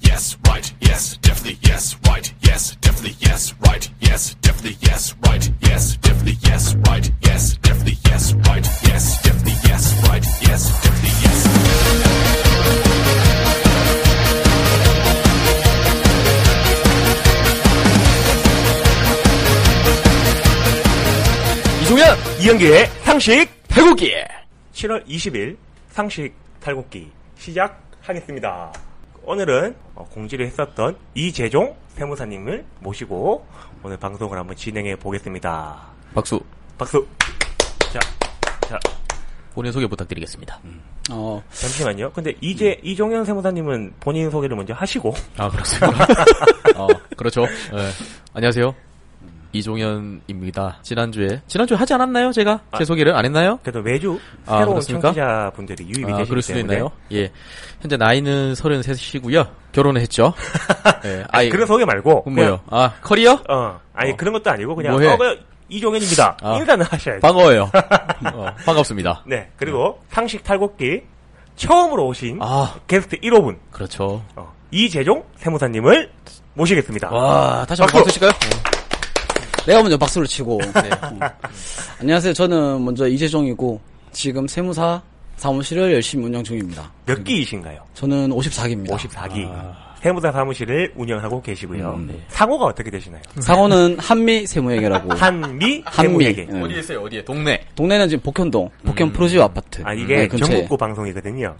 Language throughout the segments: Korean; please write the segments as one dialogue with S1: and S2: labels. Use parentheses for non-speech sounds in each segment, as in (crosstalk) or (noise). S1: yes, right, yes, definitely yes, right, yes, definitely yes, right, yes, definitely yes, right, yes, definitely yes, right, yes, definitely yes, right, yes, definitely yes, right, yes, definitely yes.
S2: 이종현 이은기의 상식 탈곡기 7월 20일 상식 탈곡기 아. 시작하겠습니다. 오늘은 어, 공지를 했었던 이재종 세무사님을 모시고 오늘 방송을 한번 진행해 보겠습니다.
S3: 박수
S2: 박수. 자, 자 음.
S3: 본인 소개 부탁드리겠습니다.
S4: 어,
S2: 잠시만요. 근데 이제 이종현 세무사님은 본인 소개를 먼저 하시고 (laughs)
S3: 아 그렇습니다. 어, 그렇죠. 예. 안녕하세요.
S2: 음.
S3: 이종현입니다. 지난주에 지난주에 하지 않았나요? 제가
S2: 아.
S3: 제 소개를 안 했나요?
S2: 그래도 매주
S3: 아,
S2: 새로운
S3: 그렇습니까?
S2: 청취자분들이 유입이
S3: 아,
S2: 되시기
S3: 그럴 수도
S2: 때문에
S3: 있나요? 예. 현재 나이는 33이고요. 결혼을
S2: (laughs)
S3: 했죠. 예.
S2: 아니, 그런 소개 말고
S3: 그럼 뭐예요? 아, 커리어?
S2: 그냥, 어, 아니
S3: 어.
S2: 그런 것도 아니고 그냥
S3: 뭐해?
S2: 어, 뭐, 이종현입니다.
S3: 아.
S2: 인사는 하셔야죠.
S3: 반가워요. 어, 반갑습니다.
S2: 네, 그리고 상식 탈곡기 처음으로 오신
S3: 아,
S2: 게스트 1호분
S3: 그렇죠.
S2: 어, 이재종 세무사님을 모시겠습니다.
S3: 와, 다시 한번
S2: 아, 박수!
S3: 박수 칠까요?
S4: 네. 내가 먼저 박수를 치고. 어. 안녕하세요. 저는 먼저 이재종이고, 지금 세무사 사무실을 열심히 운영 중입니다.
S2: 몇 기이신가요?
S4: 저는 54기입니다.
S2: 54기. 세무사 사무실을 운영하고 계시고요.
S4: 아. 음,
S2: 상호가 어떻게 되시나요?
S4: 상호는 한미 세무회계라고.
S2: 한미
S4: 한미.
S2: 세무회계.
S4: 예.
S3: 어디에 있어요? 어디에? 동네.
S4: 동네는 지금 복현동, 복현 프로지오 아파트.
S2: 아 이게
S4: 네, 근처에. 네.
S2: 전국구 방송이거든요.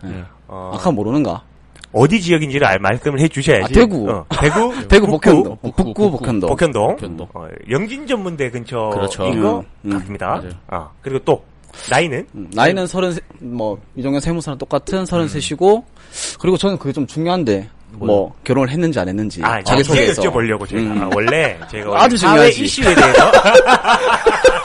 S2: 어,
S4: 아까 모르는가?
S2: 어디 지역인지를 알- 말씀을 해주셔야지.
S4: 아, 대구.
S2: 어, 대구.
S4: (laughs) 대구
S2: 북구,
S4: 복현동,
S3: 북구,
S4: 북구,
S3: 북구,
S4: 복현동.
S2: 복현동.
S3: 복현동.
S2: 어, 영진 전문대 근처.
S3: 그렇죠.
S2: 이거
S4: 음, 음.
S2: 같습니다.
S3: 맞아요.
S2: 아, 그리고 또 나이는
S4: 음, 나이는 33, 뭐, 이종현 세무사랑 똑같은 33이고, 그리고 저는 그게 좀 중요한데, 뭐, 결혼을 했는지 안 했는지.
S2: 아, 자기 소개
S4: 자기소개에서.
S2: 여쭤보려고 제가
S4: 음.
S2: 아, 원래 제가 원래
S4: (laughs) 아주
S2: 사회
S4: 중요하지.
S2: 이슈에 대해서
S4: (laughs) 아주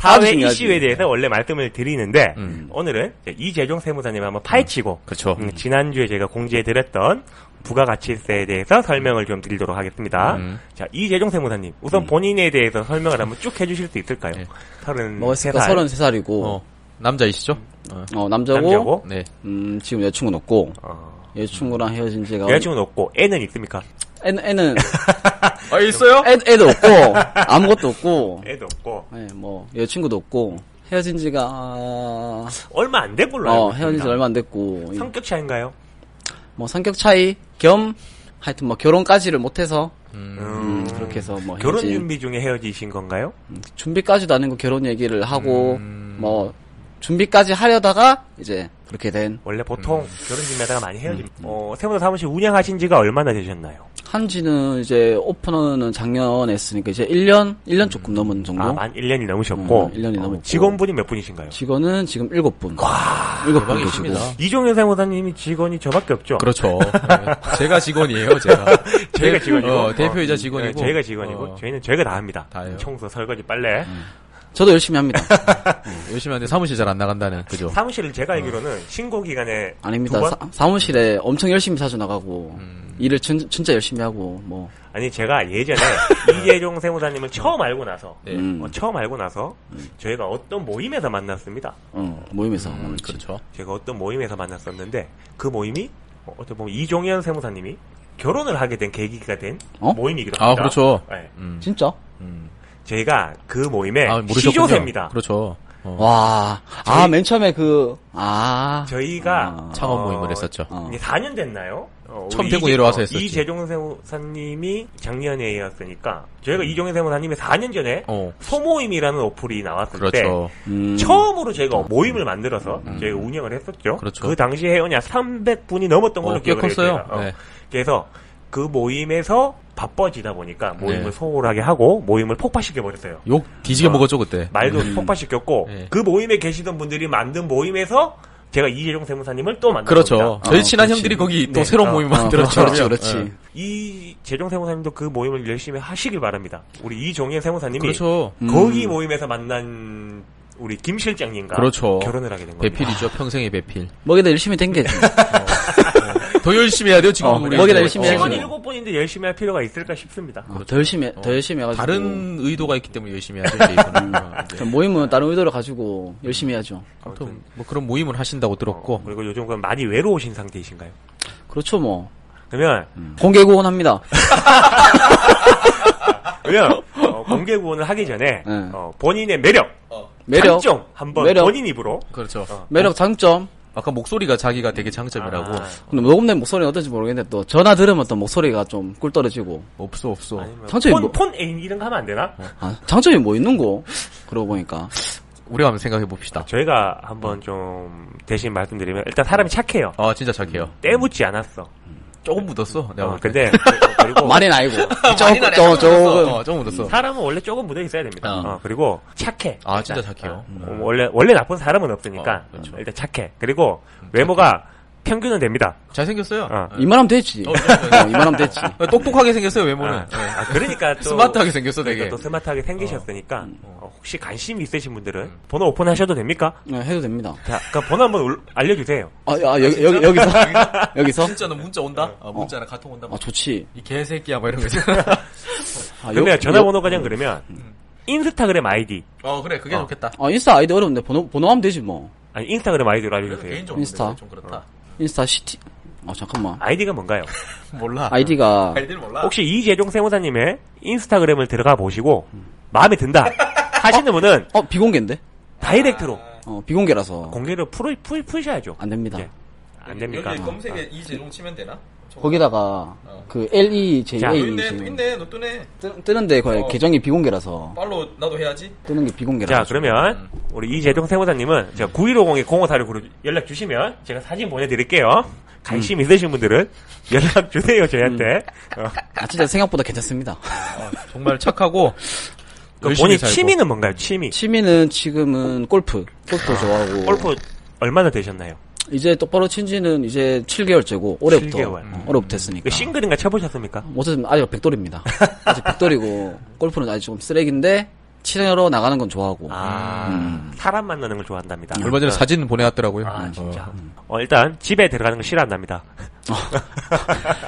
S2: 사회
S4: 중요하지. 음. 예.
S2: 이슈에 대해서 원래 말씀을 드리는데 오늘은 이제 이재종 세무사님 한번 파헤치고
S3: 그렇죠.
S2: 음, 지난주에 제가 공지해드렸던 부가가치세에 대해서 설명을 좀 드리도록 하겠습니다.
S3: 음.
S2: 자, 이재종 세무사님
S4: 음.
S2: 우선 본인에 대해서 설명을 한번 쭉 해주실 수 있을까요?
S3: 네.
S2: 서른
S4: 뭐,
S2: 세
S4: 했을까?
S2: 살
S4: 33살이고,
S3: 어, 남자이시죠? 어,
S4: 어, 남자고,
S2: 남자고
S3: 네.
S4: 음, 지금 여자친구는 없고,
S2: 어,
S4: 여자친구랑 헤어진 지가.
S2: 음. 여자친구는 없고 애는 있습니까?
S4: 애, 애는,
S3: 아, 있어요?
S4: 애, 애도 없고, 아무것도 없고,
S2: 애도 없고
S4: 예, 뭐, 여자친구도 없고, 헤어진 지가, 아,
S2: 얼마 안 된 걸로
S4: 어,
S2: 알고
S4: 헤어진 지
S2: 있습니다.
S4: 얼마 안 됐고,
S2: 성격 차인가요?
S4: 뭐, 성격 차이 겸, 하여튼 뭐, 결혼까지를 못해서, 음, 그렇게 해서 뭐,
S2: 결혼
S4: 헤어진-
S2: 준비 중에 헤어지신 건가요?
S4: 준비까지도 아니고 결혼 얘기를 하고
S2: 음.
S4: 뭐 준비까지 하려다가 이제 그렇게 된
S2: 원래 보통 결혼 준비하다가 많이 헤어집니다. 어, 세무사 사무실 운영하신 지가 얼마나 되셨나요?
S4: 한지는 이제 오픈은 작년에 했으니까 이제 1년 1년 조금 넘은 정도.
S2: 아, 만 1년이 넘으셨고.
S4: 뭐? 음, 1년이
S2: 어,
S4: 넘었고.
S2: 직원분이 몇 분이신가요?
S4: 직원은 지금 7분. 일곱 분 계시고.
S3: 대박이십니다.
S2: 이종현 세무사님이 직원이 저밖에 없죠?
S3: 그렇죠. 예. 제가 직원이에요, 제가.
S2: 저희가
S3: 대-
S2: 직원이고.
S3: 어, 대표이자
S2: 어,
S3: 직원이고.
S2: 네, 저희가 직원이고.
S3: 어,
S2: 저희는 저희가 다 합니다.
S3: 다 해요.
S2: 청소, 설거지, 빨래.
S4: 저도 열심히
S3: (laughs)
S4: 합니다.
S3: 열심히 하는데 사무실 잘 안 나간다는, 그죠?
S2: 사무실을 제가 알기로는 신고 기간에
S4: 아닙니다.
S2: 두 번?
S4: 사, 무실에 엄청 열심히 자주 나가고
S3: 음.
S4: 일을 진, 진짜 열심히 하고 뭐
S2: 아니 제가 예전에 이재종 세무사님을 처음 알고 나서
S3: 네.
S4: 음,
S2: 어, 처음 알고 나서 저희가 어떤 모임에서 만났습니다.
S4: 어, 모임에서
S3: 음,
S4: 만났지.
S3: 그렇죠.
S2: 제가 어떤 모임에서 만났었는데 그 모임이 어, 어떻게 보면 이종현 세무사님이 결혼을 하게 된 계기가 된
S4: 어?
S2: 모임이기도
S3: 아,
S2: 합니다.
S3: 그렇죠.
S2: 네.
S3: 음.
S4: 진짜?
S2: 제가 그 모임의
S3: 아, 모르셨군요.
S2: 시조세입니다.
S3: 그렇죠. 어,
S4: 와. 아, 맨 처음에 그 아.
S2: 저희가
S4: 아,
S3: 창업
S2: 어,
S3: 모임을 했었죠.
S4: 어.
S2: 이제 4년 됐나요? 어,
S3: 처음
S2: 우리
S3: 대구
S2: 이재-
S3: 내려와서
S2: 어,
S3: 했었지.
S2: 이재종 세무사님이 작년에였으니까 저희가 이종현 세무사님이 4년 전에
S3: 음. 어,
S2: 소모임이라는 어플이 나왔을 때
S3: 그렇죠. 음.
S4: 음.
S2: 처음으로 저희가 모임을 만들어서 저희가 운영을 했었죠.
S3: 그렇죠.
S2: 그 당시 회원이 300분이 넘었던 걸로
S3: 어, 꽤
S2: 기억을 해요.
S3: 컸어요.
S2: 제가. 어.
S3: 네.
S2: 그래서 그 모임에서 바빠지다 보니까 모임을
S3: 네.
S2: 소홀하게 하고 모임을 폭파시켜 버렸어요.
S3: 욕 뒤지게
S2: 어.
S3: 먹었죠, 그때.
S2: 말도 폭파시켰고
S3: 네.
S2: 그 모임에 계시던 분들이 만든 모임에서 제가 이재종 세무사님을 또 만났습니다.
S3: 그렇죠. 저희
S4: 어,
S3: 친한
S4: 그렇지.
S3: 형들이 거기
S2: 네.
S3: 또 새로운
S2: 어,
S3: 모임
S4: 어,
S3: 만들었죠.
S4: 그렇지, 그렇지.
S3: 예.
S2: 이 재종 세무사님도 그 모임을 열심히 하시길 바랍니다. 우리 이종현 세무사님이
S3: 그렇죠.
S2: 거기 모임에서 만난 우리 김 실장님과
S3: 그렇죠.
S2: 결혼을 하게 된 겁니다.
S3: 배필이죠, 평생의 배필.
S4: 뭐 먹이다 열심히 댕겨.
S3: (laughs) 더 열심히 해야 돼요, 음. 지금
S4: 어,
S3: 우리.
S4: 거기다
S3: 이제.
S4: 열심히
S2: 직원
S4: 해야지.
S2: 일곱 분인데 열심히 할 필요가 있을까 싶습니다.
S4: 아, 더 열심히 해- 더 열심히 해가지고
S3: 그렇죠. 다른 의도가 있기 때문에 열심히 해야 돼요, 이분은. 어,
S4: (laughs)
S3: 이제.
S4: 그 모임은 다른 의도를 가지고 열심히 해야죠.
S2: 어,
S3: 아무튼 뭐 그런 모임을 하신다고 들었고.
S2: 그리고 요즘 은 많이 외로우신 상태이신가요?
S4: 그렇죠 뭐
S2: 그러면
S3: 음.
S4: 공개 구원합니다.
S2: 그러면 어, 공개 구원을 하기 전에
S4: 네.
S2: 어, 본인의 매력,
S4: 매력,
S2: 장점 한번
S4: 매력.
S2: 본인 입으로
S3: 그렇죠.
S4: 매력 장점.
S3: 아까 목소리가 자기가 되게 장점이라고.
S2: 아.
S4: 근데 녹음된 목소리는 어떤지 모르겠는데 또 전화 들으면 또 목소리가 좀 꿀 떨어지고.
S3: 뭐 없어 없어.
S2: 아니면
S4: 장점이
S2: 폰,
S4: 뭐-
S2: 폰 애인 이런 거 하면 안 되나?
S3: 어.
S4: 아, 장점이 뭐 있는 거? 그러고 보니까.
S3: 우리 한번 생각해 봅시다.
S2: 저희가 한번 좀 대신 말씀드리면 일단 사람이 착해요.
S3: 아 진짜 착해요.
S2: 때묻지 않았어.
S3: 조금 묻었어. 내가
S2: 어,
S3: 볼 때. (laughs)
S2: 근데 그리고
S4: 어, 말은 (laughs) 아니고.
S3: 많이
S4: 조금,
S3: 나네.
S4: 조금,
S3: 묻었어.
S4: 조금.
S3: 어, 조금 묻었어.
S2: 사람은 원래 조금 묻어 있어야 됩니다.
S3: 어.
S2: 어, 그리고 착해.
S3: 아 진짜 착해요.
S2: 어, 원래 원래 나쁜 사람은 없으니까
S3: 어, 그렇죠.
S2: 일단 착해. 그리고 외모가 평균은 됩니다.
S3: 잘 생겼어요.
S2: 어.
S4: 이만하면 되지.
S3: 어, 그러니까.
S4: 어, 이만하면 되지.
S3: 똑똑하게 생겼어요 외모는.
S2: 아,
S3: 네. (laughs)
S2: 아, 그러니까 또
S3: 스마트하게 생겼어, 음. 되게.
S2: 그러니까 또 스마트하게 생기셨으니까 어, 혹시 관심 있으신 분들은 번호 오픈하셔도 됩니까?
S4: 네, 해도 됩니다.
S2: 자, 그럼 번호 한번 올- 알려주세요.
S4: 아, 아, 여기, 여기, (laughs) 여기서? 여기서?
S3: 진짜 너 문자 온다? 아, 문자나 카톡 온다?
S4: 아, 좋지.
S3: 이 개새끼야, 막 이런 거 있잖아.
S4: 아,
S2: 그러면
S4: 여-
S2: 전화번호가 그냥 그러면 인스타그램 아이디
S3: 어, 그래, 그게 좋겠다.
S4: 여- 아, 인스타 아이디 어려운데 번호, 번호 하면 되지 뭐.
S2: 아니 인스타그램 아이디로
S3: 그래도
S2: 알려주세요.
S3: 개인적으로
S4: 인스타.
S3: 근데 좀 그렇다.
S4: 인스타 시티. 아, 잠깐만.
S2: 아이디가 뭔가요?
S3: 몰라.
S4: 아이디가.
S3: 아이들 몰라.
S2: 혹시 이재종 세무사님의 인스타그램을 들어가 보시고 마음에 든다
S3: (laughs)
S2: 하시는 분은
S4: 어, 비공개인데?
S2: 다이렉트로
S4: 어, 비공개라서.
S2: 공개를 풀, 풀, 풀셔야죠.
S4: 안 됩니다.
S2: 예. 안 됩니까? 아.
S5: 여기 검색에 이재용 치면 되나? 저거.
S4: 거기다가, 그,
S2: 자,
S5: 또
S4: LEJA.
S5: 있네, 또 있네, 너 뜨네.
S4: 뜨는데, 거의 계정이 비공개라서.
S5: 팔로 나도 해야지.
S4: 뜨는 게 비공개라서.
S2: 자, 그러면 우리 이재종 세무사님은 제가 9150에 0546으로 연락 주시면 제가 사진 보내드릴게요. 관심 있으신 분들은 연락 주세요 저희한테. 어.
S4: 아, 진짜 생각보다 괜찮습니다.
S3: 아, 정말 착하고,
S2: 그럼
S3: 열심히
S2: 본인
S3: 살고.
S2: 취미는 뭔가요? 취미.
S4: 취미는 지금은 골프. 골프 좋아하고.
S2: 골프 얼마나 되셨나요?
S4: 이제 똑바로 친 지는 이제 7개월째고, 올해부터.
S2: 7개월.
S4: 어, 올해부터 했으니까.
S2: 그 싱글인가 쳐보셨습니까?
S4: 어쨌든 아직 백돌입니다. 아직 백돌이고, 골프는 아직 조금 쓰레기인데, 치러 나가는 건 좋아하고.
S2: 아, 사람 만나는 걸 좋아한답니다.
S3: 얼마 전에 사진 보내왔더라고요.
S2: 아, 진짜. 어, 일단 집에 들어가는 걸 싫어한답니다.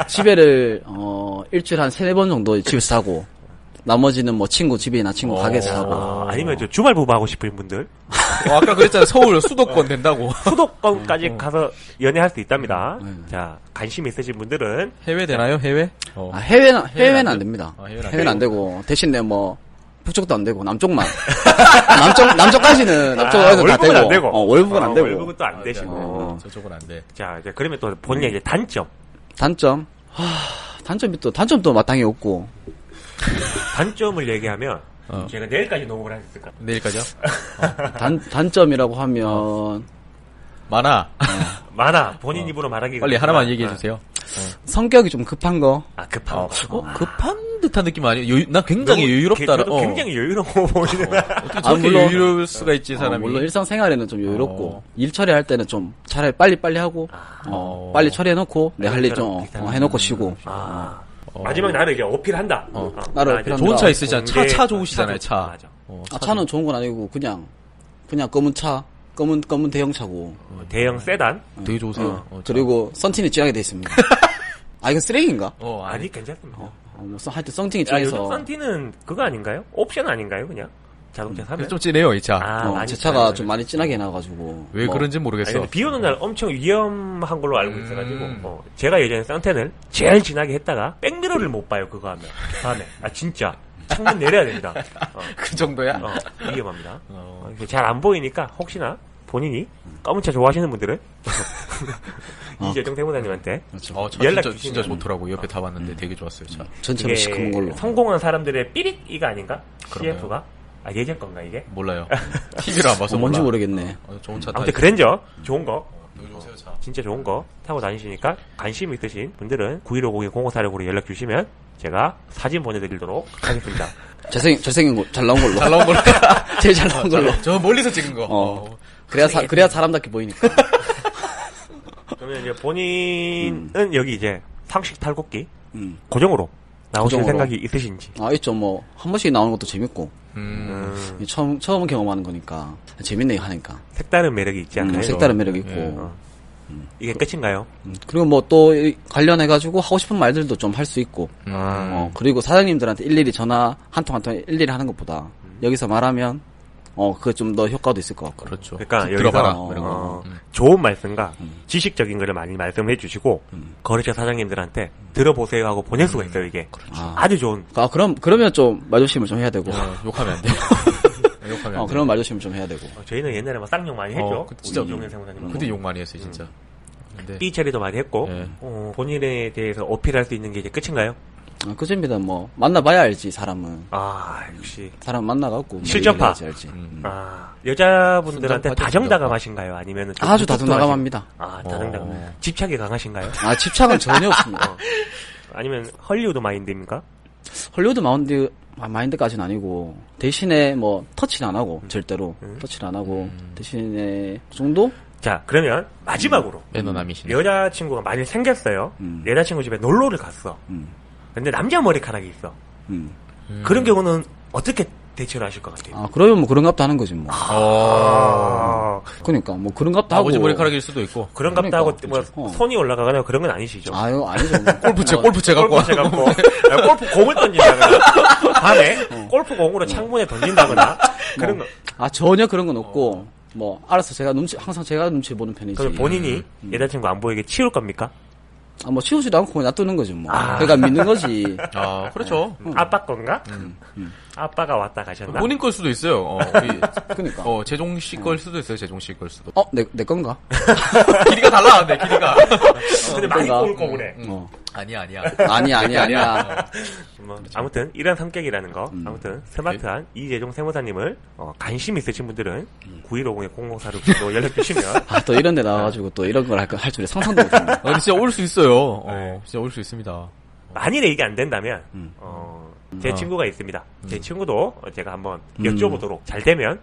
S4: 집에를, 어, 일주일에 한 세네 번 정도 집에서 사고, 나머지는 뭐 친구 집이나 친구 가게에서 사고.
S2: 아, 니면저 주말 부부하고 싶은 분들
S3: 어, 아까 그랬잖아. 서울 수도권 된다고.
S2: 수도권까지 가서 연애할 수 있답니다. 자, 관심 있으신 분들은
S3: 해외 되나요? 해외? 어.
S4: 아, 해외는,
S3: 안
S4: 해외는
S3: 돼요?
S4: 안 됩니다.
S3: 아, 해외는 안
S4: 해외는 안 되고, 대신에 뭐, 북쪽도 안 되고, 남쪽만. 남쪽, 남쪽까지는, 남쪽까지는 다
S2: 아, 월북은
S4: 아, 되고.
S2: 안 되고.
S4: 어, 월북은
S2: 어,
S4: 안 되고.
S2: 월북은 또 안 되시고.
S4: 어.
S3: 저쪽은 안 돼.
S2: 자, 이제 그러면 또
S3: 네.
S2: 본인의 이제 단점.
S4: 단점. 하, 단점이 또, 단점도 마땅히 없고.
S2: 단점을 얘기하면
S3: 어.
S2: 제가 내일까지 녹음을 할수 있을까?
S3: 내일까지요?
S4: 단, 단점이라고 하면,
S3: 많아.
S2: 많아. 본인 입으로 말하기
S3: 어. 빨리 하나만 얘기해 주세요.
S4: 성격이 좀 급한 거.
S2: 아, 급한 거.
S3: 어, 급한 듯한 느낌 아니에요? 여유, 나 굉장히
S2: 너무
S3: 여유롭다.
S2: 개- 저도
S3: 어.
S2: 굉장히 (laughs) 여유로워 보이는.
S3: 어떻게 저렇게
S4: 아, 물론-
S3: 여유로울 수가 있지,
S4: 어,
S3: 사람이.
S4: 물론 일상생활에는 좀 여유롭고
S3: 어.
S4: 일 처리할 때는 좀 차라리 빨리 빨리 하고 어, 빨리 처리해놓고 내 할 일 좀 어,
S2: 비슷한
S4: 해놓고 쉬고
S2: 아.
S3: 어.
S2: 마지막 나를 이제 어필한다. 어.
S4: 나를
S2: 나 이제
S4: 어필한다.
S3: 좋은 차 있으시잖아요. 차,
S2: 공개-
S3: 차 좋으시잖아요, 차.
S2: 맞아.
S3: 어,
S4: 아, 차는 좋은 건 아니고 그냥 그냥 검은 차 검은 검은 대형 차고
S2: 어, 대형 세단.
S3: 되게 좋으세요. 어, 차.
S4: 그리고 선팅이 찌하게 돼 있습니다. (laughs) 아 이건 쓰레기인가?
S3: 어, 아니.
S2: 아니 괜찮습니다.
S4: 어, 뭐 선- 하여튼 선팅이
S2: 야, 요즘
S4: 찌해서
S2: 선티는 그거 아닌가요? 옵션 아닌가요, 그냥? 자동차 사면?
S3: 좀 진해요, 이 차.
S2: 아,
S4: 어,
S2: 많이
S4: 제
S2: 타요.
S4: 차가 좀 많이 진하게 나가지고
S3: 왜
S4: 뭐,
S3: 그런지
S2: 아니,
S3: 모르겠어.
S2: 근데 비 오는 날 엄청 위험한 걸로 알고
S4: 음.
S2: 있어가지고 어, 제가 예전에 썬텐을 제일 진하게 했다가 백미러를 못 봐요 그거 하면 밤에 아 진짜 창문 내려야 됩니다 어,
S3: 그 정도야?
S2: 어, 위험합니다
S4: 어.
S2: 잘 안 보이니까 혹시나 본인이 검은 차 좋아하시는
S4: (laughs)
S2: 분들은
S4: 어.
S2: 이재정 세무사님한테
S3: 어, 차
S2: 연락
S3: 진짜, 진짜
S2: 주시면.
S3: 좋더라고. 옆에 타봤는데 되게 좋았어요, 차.
S4: 그렇죠. 전체로 시커먼
S2: 이게
S4: 걸로
S2: 성공한 사람들의 삐릭이가 아닌가?
S3: 그런가요?
S2: CF가? 아 예전 건가 이게?
S3: (laughs) 몰라요. TV를 안 봐서
S4: 어, 뭔지
S3: 몰라.
S4: 모르겠네.
S3: 어, 좋은 차 타요.
S2: 아무튼 그랜저 좋은 거
S3: 되게 좋으세요, 차.
S2: 진짜 좋은 거 타고 다니시니까 관심 있으신 분들은 9150-0546으로 연락 주시면 제가 사진 보내드리도록
S3: (laughs)
S2: 하겠습니다.
S4: 잘생 잘생긴 거 잘 나온 걸로
S3: 잘 나온 걸로.
S4: (laughs) 제일 잘 나온 걸로.
S3: 저 멀리서 찍은 거.
S4: 어.
S3: 어.
S4: 그래야 사, 그래야 사람답게 보이니까.
S2: 그러면 이제 본인은 여기 이제 상식 탈곡기
S4: 음.
S2: 고정으로 나오실
S4: 고정으로.
S2: 생각이 있으신지.
S4: 아 있죠 뭐 한 번씩 나오는 것도 재밌고
S3: 음.
S2: 음,
S4: 이 처음 처음 경험하는 거니까 재밌네 하니까
S2: 색다른 매력이 있지
S4: 음,
S2: 않나요?
S4: 색다른 매력 있고
S3: 예,
S2: 어. 이게 끝인가요?
S4: 음, 그리고 뭐 또 관련해 가지고 하고 싶은 말들도 좀 할 수 있고
S3: 아. 음.
S4: 어, 그리고 사장님들한테 일일이 전화 한 통 한 통 일일이 하는 것보다 여기서 말하면 어, 그게 좀 더 효과도 있을 것 같고.
S3: 음. 그렇죠.
S2: 그러니까
S3: 쭉
S2: 여기서
S3: 들어봐라.
S4: 어.
S3: 뭐 이런 거. 음.
S2: 어, 좋은 말씀과 지식적인 거를 많이 말씀해 주시고 거래처 사장님들한테 들어보세요 하고 보낼
S3: 음.
S2: 수가 있어요 이게
S3: 그렇죠.
S2: 아주 좋은
S4: 아, 그럼, 그러면 좀 말조심을 좀 해야 되고.
S3: 어, 욕하면 안 돼. 욕하면
S4: 어,
S3: 안 돼.
S4: 그러면 말조심을 좀 해야 되고.
S2: 어, 저희는 옛날에 막 쌍욕 많이 했죠
S3: 어, 그 진짜
S2: 용현 세무사님하고
S3: 그때 욕 많이 했어요, 진짜. 근데
S2: 삐 처리도 많이 했고
S3: 예.
S2: 어, 본인에 대해서 어필할 수 있는 게 이제 끝인가요?
S4: 아, 그쯤이다, 뭐. 만나봐야 알지, 사람은.
S2: 아 역시
S4: 사람 만나갖고. 뭐
S2: 실전파.
S4: 얘기를 해야지 알지.
S3: 음.
S2: 아 여자분들한테
S3: 순정파죠,
S2: 다정다감하신가요? 아니면
S4: 아주 다정다감합니다.
S2: 아
S3: 어.
S2: 다정다감 집착이 강하신가요?
S4: 아, 집착은
S3: (laughs)
S4: 전혀 없습니다.
S2: 아니면 헐리우드 마인드입니까?
S4: 헐리우드 마운드, 아, 마인드까지는 아니고, 대신에 뭐, 터치는 안
S3: 음.
S4: 하고, 절대로. 터치는 안 하고, 대신에, 그 정도?
S2: 자 그러면 마지막으로
S3: 음. 매너남이시네.
S2: 여자친구가 많이 생겼어요.
S4: 음.
S2: 여자친구 집에 놀러를 갔어.
S4: 음,
S2: 근데 남자 머리카락이 있어.
S4: 음.
S2: 그런 경우는 어떻게 대처를 하실 것 같아요?
S4: 아, 그러면 뭐 그런갑다 하는 거지, 뭐.
S2: 아,
S4: 그니까, 뭐 그런갑다 하고.
S3: 어, 아버지 머리카락일 수도 있고.
S2: 그런갑다
S4: 그러니까,
S2: 하고 뭐
S4: 그렇죠. 어.
S2: 손이 올라가거나 그런 건 아니시죠?
S4: 아유, 아니죠. 뭐.
S3: 골프채,
S4: 뭐,
S3: 골프채 갖고 와.
S2: 골프 제가
S3: (laughs)
S2: 뭐 골프 공을 던진다거나 밤에
S3: 음.
S2: 골프 공으로 창문에 던진다거나 그런 거.
S4: 아, 전혀 그런 건 없고, 뭐, 알아서 제가 눈치, 항상 제가 눈치 보는 편이지.
S3: 음.
S2: 그럼 본인이 여자친구 안 보이게 치울 겁니까?
S4: 아, 뭐, 치우지도 않고 그냥 놔두는 거지, 뭐. 그러니까 믿는 거지.
S3: 아, 그렇죠.
S2: 아빠 건가?
S3: 음.
S2: 아빠가 왔다 가셨나?
S3: 본인 걸 수도 있어요. 어, 우리,
S4: 그니까. 어,
S3: 어, 재종 씨 걸 수도 있어요, 재종 씨 걸 수도. 어,
S4: 내, 내 건가?
S3: 길이가 달라, 내 길이가.
S2: 근데 많이
S4: 그런가?
S2: 꼬울 거구래.
S3: 음.
S4: 어.
S3: 아니야, 아니야.
S4: 아니, 아니, 아니야.
S2: 뭐, 아무튼 이런 성격이라는 거
S3: 음.
S2: 아무튼 스마트한
S3: 네.
S2: 이재종 세무사님을 어, 관심 있으신 분들은
S3: 음.
S2: 9150-004로 연락
S3: (laughs)
S2: 주시면
S4: 아, 또 이런 데 나와가지고 또 이런 걸 할, 거- 할 줄에 상상도 못했네.
S3: 어, 근데 진짜 올 수 있어요. 어,
S2: 네.
S3: 진짜 올 수 있습니다.
S2: 만일에 이게 안 된다면
S3: 음.
S2: 어, 제
S3: 아.
S2: 친구가 있습니다 제 친구도 어, 제가 한번
S3: 음.
S2: 여쭤보도록 잘 되면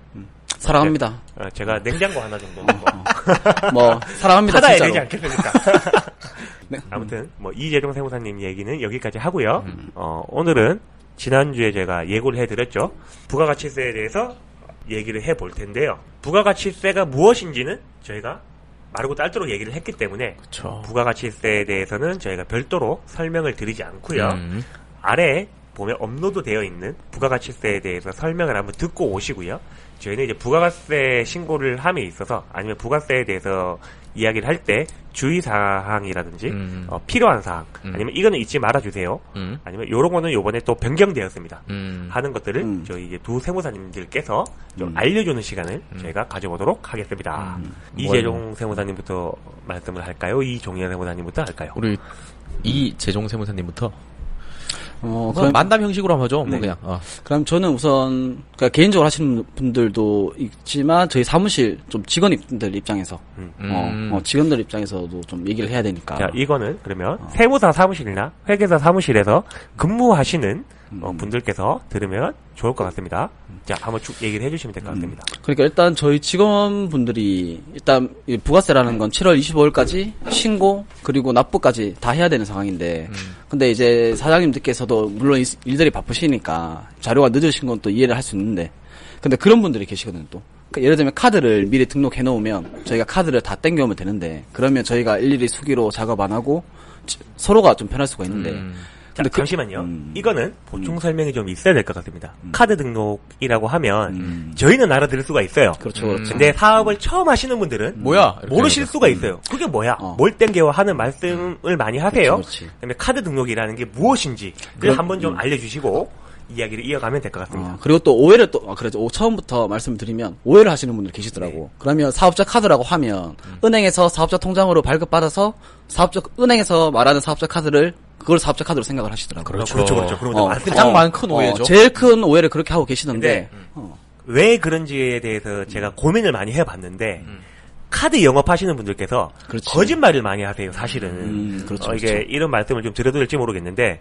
S4: 사랑합니다.
S2: 어,
S3: 음.
S2: 제가 냉장고 하나 정도 뭐
S4: 뭐, 사랑합니다,
S2: 받아야
S4: 진짜로. 네.
S2: 되지 않겠습니까
S4: (laughs)
S2: 아무튼 뭐 이재종 세무사님 얘기는 여기까지 하고요
S4: 음.
S2: 어, 오늘은 지난주에 제가 예고를 해드렸죠 부가가치세에 대해서 얘기를 해볼 텐데요 부가가치세가 무엇인지는 저희가 마르고 닳도록 얘기를 했기 때문에
S3: 그쵸.
S2: 부가가치세에 대해서는 저희가 별도로 설명을 드리지 않고요.
S3: 음.
S2: 아래에 보면 업로드 되어 있는 부가가치세에 대해서 설명을 한번 듣고 오시고요. 저희는 이제 부가가세 신고를 함에 있어서 아니면 부가세에 대해서 이야기를 할 때 주의사항이라든지
S3: 음.
S2: 어, 필요한 사항
S3: 음.
S2: 아니면 이거는 잊지 말아주세요.
S3: 음.
S2: 아니면 요런 거는 요번에 또 변경되었습니다.
S3: 음.
S2: 하는 것들을
S4: 음.
S2: 저희 이제 두 세무사님들께서 좀 알려주는 시간을
S3: 음.
S2: 저희가 가져보도록 하겠습니다. 이재종 세무사님부터 말씀을 할까요? 이종현 세무사님부터 할까요?
S3: 우리 이 재종 세무사님부터
S4: 어,
S3: 그럼
S4: 그럼,
S3: 만남 형식으로 한번 하죠. 뭐 그냥. 어.
S4: 그럼 저는 우선, 그러니까 개인적으로 하시는 분들도 있지만, 저희 사무실 좀 직원들 입장에서,
S3: 음.
S4: 어, 어, 직원들 입장에서도 좀 얘기를 해야 되니까.
S2: 자, 이거는 그러면 세무사 사무실이나 회계사 사무실에서 근무하시는
S4: 음.
S2: 어, 분들께서 들으면 좋을 것 같습니다. 자, 한번 쭉 얘기를 해주시면 될 것 같습니다.
S4: 그러니까 일단 저희 직원분들이 일단 이 부가세라는 건 7월 25일까지 신고 그리고 납부까지 다 해야 되는 상황인데
S2: 음.
S4: 근데 이제 사장님들께서도 물론 일- 일들이 바쁘시니까 자료가 늦으신 건 또 이해를 할 수 있는데 근데 그런 분들이 계시거든요 또 그러니까 예를 들면 카드를 미리 등록해 놓으면 저희가 카드를 다 땡겨오면 되는데 그러면 저희가 일일이 수기로 작업 안 하고 지- 서로가 좀 편할 수가 있는데
S2: 음.
S3: 음.
S2: 자,
S4: 근데 그- 음.
S2: 잠시만요. 이거는 보충 설명이 좀 있어야 될 것 같습니다. 카드 등록이라고 하면 저희는 알아들을 수가 있어요.
S4: 음. 그렇죠 그렇죠
S2: 음. 근데 사업을 처음 하시는 분들은
S3: 음. 뭐야? 이렇게
S2: 모르실
S3: 하죠.
S2: 수가 있어요. 그게 뭐야?
S4: 음. 어.
S2: 뭘 땡겨와 하는 말씀을 많이 하세요.
S4: 그렇지, 그렇지.
S2: 다음에 카드 등록이라는 게 무엇인지 를 한번 좀 알려주시고 이야기를 이어가면 될 것 같습니다.
S3: 아.
S4: 어, 그리고 또 오해를 또, 아, 그래죠. 오, 처음부터 말씀드리면 오해를 하시는 분들 계시더라고.
S3: 네.
S4: 그러면 사업자 카드라고 하면
S3: 음.
S4: 은행에서 사업자 통장으로 발급받아서 사업자, 은행에서 말하는 사업자 카드를 그걸 사업자 카드로 생각을 하시더라고요.
S2: 그렇죠, 그렇죠. 그렇죠. 그럼
S4: 어,
S2: 말씀
S3: 가장 많은 큰 오해죠. 네.
S4: 제일 큰 오해를 그렇게 하고 계시던데. 음,
S2: 근데 왜 그런지에 대해서 제가 고민을 많이 해봤는데 카드 영업하시는 분들께서
S4: 음. 그렇지.
S2: 거짓말을 많이 하세요. 사실은
S4: 음, 그렇죠,
S2: 어, 이게
S4: 그렇죠.
S2: 이런 말씀을 좀 드려도 될지 모르겠는데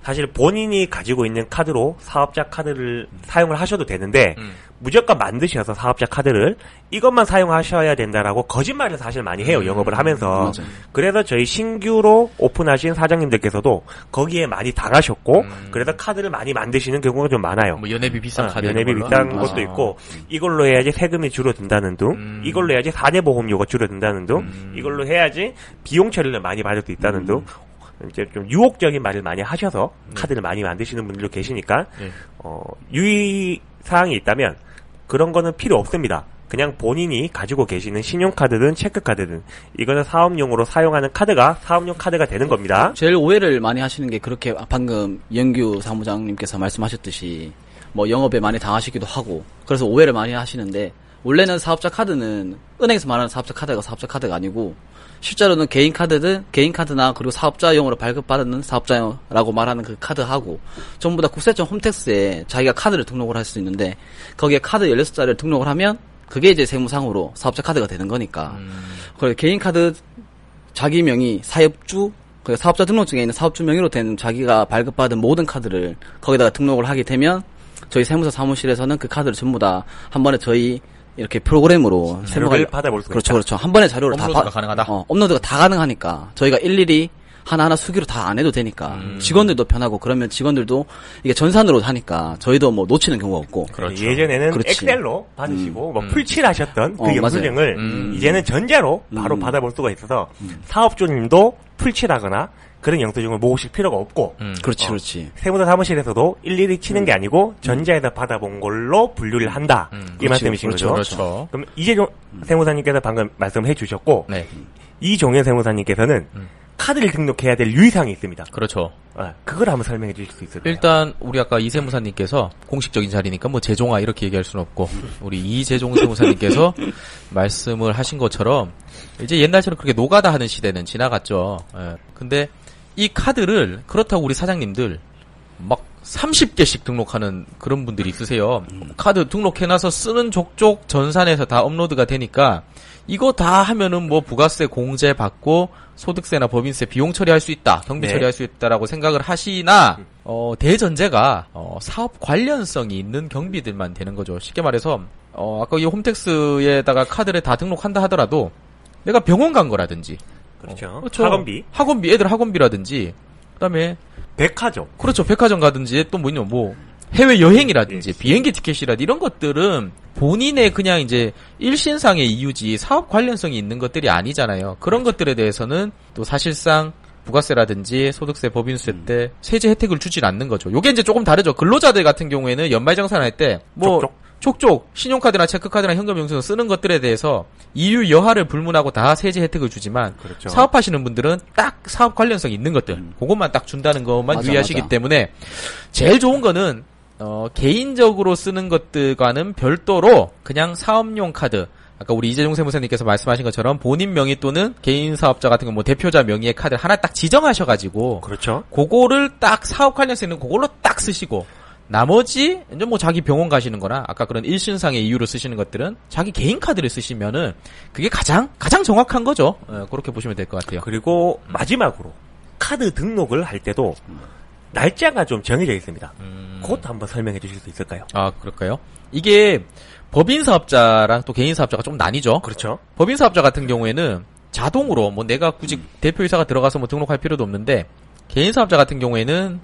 S2: 사실 본인이 가지고 있는 카드로 사업자 카드를
S4: 음.
S2: 사용을 하셔도 되는데 무조건 만드셔서 사업자 카드를 이것만 사용하셔야 된다라고 거짓말을 사실 많이 해요. 영업을 하면서
S4: 음, 맞아요.
S2: 그래서 저희 신규로 오픈하신 사장님들께서도 거기에 많이 당하셨고
S4: 음.
S2: 그래서 카드를 많이 만드시는 경우가 좀 많아요.
S3: 뭐 연애비 비싼
S2: 아,
S3: 카드
S2: 연예비
S3: 이런 걸로?
S2: 비싼
S4: 음,
S2: 것도
S4: 맞아.
S2: 있고 이걸로 해야지 세금이 줄어든다는 둥
S3: 음.
S2: 이걸로 해야지 사내보험료가 줄어든다는 둥 이걸로 해야지 비용 처리를 많이 받을 수 있다는 둥
S3: 음.
S2: 이제 좀 유혹적인 말을 많이 하셔서
S3: 예.
S2: 카드를 많이 만드시는 분들도 계시니까
S3: 네.
S2: 어, 유의 사항이 있다면 그런 거는 필요 없습니다. 그냥 본인이 가지고 계시는 신용카드든 체크카드든 이거는 사업용으로 사용하는 카드가 사업용 카드가 되는 겁니다.
S4: 제일 오해를 많이 하시는 게 그렇게 방금 이영규 사무장님께서 말씀하셨듯이 뭐 영업에 많이 당하시기도 하고 그래서 오해를 많이 하시는데 원래는 사업자 카드는 은행에서 말하는 사업자 카드가 사업자 카드가 아니고 실제로는 개인 카드든 개인 카드나 그리고 사업자용으로 발급받는 사업자라고 말하는 그 카드하고 전부 다 국세청 홈택스에 자기가 카드를 등록을 할 수 있는데 거기에 카드 16자를 등록을 하면 그게 이제 세무상으로 사업자 카드가 되는 거니까 그래 개인 카드 자기 명의 사업주 그 사업자 등록증에 있는 사업주 명의로 된 자기가 발급받은 모든 카드를 거기다가 등록을 하게 되면 저희 세무사 사무실에서는 그 카드를 전부 다 한 번에 저희 이렇게 프로그램으로
S2: 자료를 받아볼 수가
S4: 그렇죠
S2: 있다.
S4: 그렇죠 한 번에 자료를 다
S3: 업로드가
S4: 받-
S3: 가능하다?
S4: 어, 업로드가 다 가능하니까 저희가 일일이 하나하나 수기로 다 안 해도 되니까
S3: 음.
S4: 직원들도 편하고 그러면 직원들도 이게 전산으로 하니까 저희도 뭐 놓치는 경우가 없고
S3: 그렇죠. 음.
S2: 예전에는
S4: 그렇지. 음.
S2: 엑셀로 받으시고 뭐 풀칠하셨던 그
S4: 어, 음.
S2: 영수증을 이제는 전자로 바로 받아볼 수가 있어서 사업주님도 풀칠하거나 그런 영수증을 모으실 필요가 없고
S3: 음.
S4: 그렇지
S3: 어.
S4: 그렇지
S2: 세무사 사무실에서도 일일이 치는 게 아니고 전자에다 받아본 걸로 분류를 한다 이
S4: 그렇죠.
S2: 말씀이신 거죠.
S3: 음,
S4: 그렇죠.
S3: 그렇죠.
S2: 그럼 이재종
S4: 음.
S2: 세무사님께서 방금 말씀해 주셨고
S3: 네. 음.
S2: 이종현 세무사님께서는 카드를 등록해야 될 유의사항이 있습니다.
S3: 그렇죠.
S2: 아, 그걸 한번 설명해 주실 수 있을까요?
S3: 일단 우리 아까 이세무사님께서 공식적인 자리니까 뭐 재종아 이렇게 얘기할 수는 없고 우리 이재종 세무사님께서 말씀을 하신 것처럼 이제 옛날처럼 그렇게 노가다 하는 시대는 지나갔죠. 예. 근데 이 카드를 그렇다고 우리 사장님들 막 30개씩 등록하는 그런 분들이 있으세요. 카드 등록해놔서 쓰는 족족 전산에서 다 업로드가 되니까 이거 다 하면은 뭐 부가세 공제 받고 소득세나 법인세 비용 처리할 수 있다, 경비
S2: 네.
S3: 처리할 수 있다라고 생각을 하시나 어, 대전제가 어, 사업 관련성이 있는 경비들만 되는 거죠. 쉽게 말해서 어, 아까 이 홈택스에다가 카드를 다 등록한다 하더라도 내가 병원 간 거라든지
S2: 그렇죠.
S3: 그렇죠.
S2: 학원비,
S3: 학원비 애들 학원비라든지 그다음에
S2: 백화점,
S3: 그렇죠. 백화점 가든지 또 뭐냐 뭐 해외
S2: 예.
S3: 여행이라든지 비행기 티켓이라든지 이런 것들은 본인의 그냥 이제 일신상의 이유지 사업 관련성이 있는 것들이 아니잖아요. 그런
S2: 그렇죠.
S3: 것들에 대해서는 또 사실상 부가세라든지 소득세 법인세
S2: 음.
S3: 때 세제 혜택을 주진 않는 거죠. 요게 이제 조금 다르죠. 근로자들 같은 경우에는 연말정산할 때뭐
S2: 족족.
S3: 촉촉 신용카드나 체크카드나 현금영수증 쓰는 것들에 대해서 이유 여하를 불문하고 다 세제 혜택을 주지만
S2: 그렇죠. 음.
S3: 사업하시는 분들은 딱 사업 관련성 이 있는 것들 그것만 딱 준다는 것만
S4: 맞아,
S3: 유의하시기
S4: 맞아.
S3: 때문에 제일 좋은 거는 어, 개인적으로 쓰는 것들과는 별도로 그냥 사업용 카드 아까 우리 이재종 세무사님께서 말씀하신 것처럼 본인 명의 또는 개인 사업자 같은 거 뭐 대표자 명의의 카드 하나 딱 지정하셔가지고
S2: 그렇죠.
S3: 그거를 딱 사업 관련성 있는 그걸로 딱 쓰시고 나머지 이제 뭐 자기 병원 가시는 거나 아까 그런 일신상의 이유로 쓰시는 것들은 자기 개인 카드를 쓰시면은 그게 가장 가장 정확한 거죠. 예, 그렇게 보시면 될 것 같아요.
S2: 그리고 마지막으로 카드 등록을 할 때도 날짜가 좀 정해져 있습니다.
S3: 음.
S2: 그것도 한번 설명해 주실 수 있을까요?
S3: 아, 그럴까요? 이게 법인 사업자랑 또 개인 사업자가 좀 나뉘죠.
S2: 그렇죠.
S3: 법인 사업자 같은 경우에는 자동으로 뭐 내가 굳이 대표이사가 들어가서 뭐 등록할 필요도 없는데 개인 사업자 같은 경우에는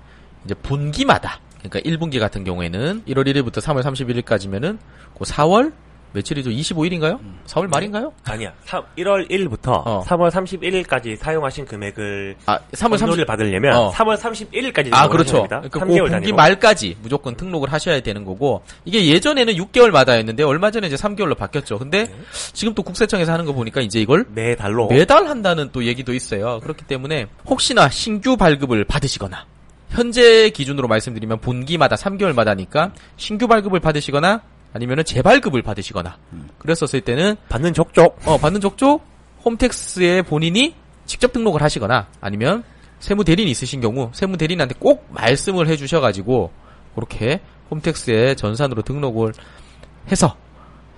S3: 이제 분기마다 그러니까 1분기 같은 경우에는 1월 1일부터 3월 31일까지면은 그 4월 며칠이죠? 25일인가요? 4월 말인가요?
S2: 아니야. 1월 1일부터
S3: 어.
S2: 3월 31일까지 사용하신 금액을
S3: 아, 3월 30일
S2: 를 받으려면
S3: 어.
S2: 3월 31일까지
S3: 아, 그렇죠.
S2: 다
S3: 그러니까
S2: 3개월
S3: 그 분기
S2: 단위로.
S3: 말까지 무조건 등록을 하셔야 되는 거고 이게 예전에는 6개월마다였는데 얼마 전에 이제 3개월로 바뀌었죠. 근데
S2: 네.
S3: 지금 또 국세청에서 하는 거 보니까 이제 이걸
S2: 매 달로
S3: 매달 한다는 또 얘기도 있어요. 그렇기 때문에 혹시나 신규 발급을 받으시거나 현재 기준으로 말씀드리면 분기마다 3개월마다니까 신규 발급을 받으시거나 아니면은 재발급을 받으시거나
S2: 음.
S3: 그랬었을 때는
S2: 받는 족족
S3: 어, 받는 족족 홈택스에 본인이 직접 등록을 하시거나 아니면 세무 대리인 있으신 경우 세무 대리인한테 꼭 말씀을 해주셔가지고 그렇게 홈택스에 전산으로 등록을 해서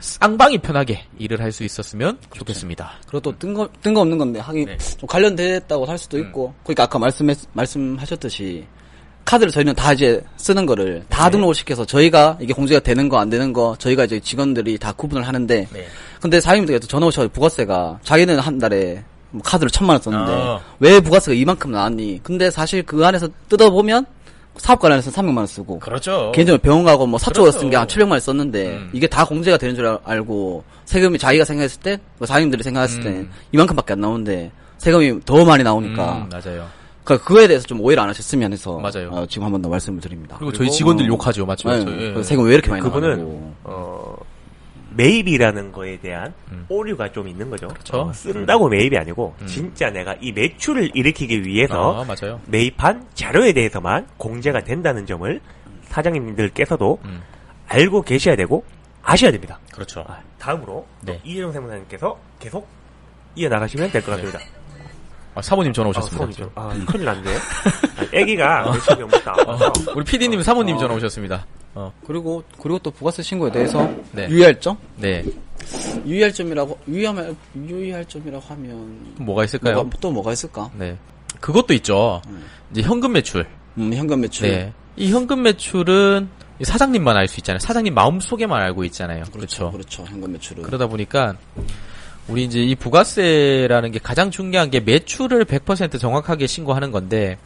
S3: 쌍방이 편하게 일을 할 수 있었으면 좋겠습니다.
S4: 그렇죠. 그리고 또 뜬거 뜬금없는 건데 하긴 좀 관련됐다고 할 수도 있고 그러니까 아까 말씀 말씀하셨듯이 카드를 저희는 다 이제 쓰는 거를 다 등록을 시켜서 저희가 이게 공제가 되는 거 안 되는 거 저희가 이제 직원들이 다 구분을 하는데 근데 사장님들께서 전화 오셔서 부가세가 자기는 한 달에 뭐 카드를 천만 원 썼는데
S3: 아.
S4: 왜 부가세가 이만큼 나왔니? 근데 사실 그 안에서 뜯어보면 사업 관련해서 300만 원 쓰고
S3: 그렇죠.
S4: 개인적으로 병원 가고 뭐 사적으로
S3: 그렇죠.
S4: 쓴 게 한 700만 원 썼는데 이게 다 공제가 되는 줄 알- 알고 세금이 자기가 생각했을 때, 뭐 사장님들이 생각했을 때 이만큼밖에 안 나오는데 세금이 더 많이
S3: 음,
S4: 나오니까
S3: 맞아요.
S4: 그러니까 그거에 대해서 좀 오해를 안 하셨으면 해서
S3: 맞아요.
S4: 어, 지금 한 번 더 말씀을 드립니다.
S3: 그리고, 저희 직원들 욕하죠, 맞죠?
S4: 네,
S3: 저희, 예.
S4: 세금 왜 이렇게 많이
S2: 그분은
S4: 나오고
S2: 어, 매입이라는 거에 대한 오류가 좀 있는 거죠.
S3: 음. 그렇죠. 음.
S2: 어, 쓴다고 매입이 아니고 진짜 내가 이 매출을 일으키기 위해서
S3: 아, 맞아요.
S2: 매입한 자료에 대해서만 공제가 된다는 점을 사장님들께서도 알고 계셔야 되고 아셔야 됩니다.
S3: 음. 그렇죠.
S2: 아, 다음으로 또
S3: 네.
S2: 이재용 세무사님께서 계속 이어나가시면 될 것 같습니다.
S3: 아, 사모님 전화
S2: 아,
S3: 오셨습니다.
S2: 사모님, 아, 큰일
S3: (laughs)
S2: 났네. 아, 애기가 며칠 전부터 아파서
S3: 어, 우리 PD님
S4: 아.
S3: 사모님 전화 오셨습니다. 어,
S4: 그리고 그리고 또 부가세 신고에 대해서
S3: 네.
S4: 유의할 점?
S3: 네.
S4: 유의할 점이라고 유의하면 유의할 점이라고 하면
S3: 뭐가 있을까요?
S4: 뭐가, 음. 또 뭐가 있을까?
S3: 네. 그것도 있죠. 이제 현금 매출.
S4: 음, 현금 매출.
S3: 네. 이 현금 매출은 이 사장님만 알 수 있잖아요. 사장님 마음 속에만 알고 있잖아요. 그렇죠.
S4: 그렇죠. 현금 매출은
S3: 그러다 보니까 우리 이제 이 부가세라는 게 가장 중요한 게 매출을 100% 정확하게 신고하는 건데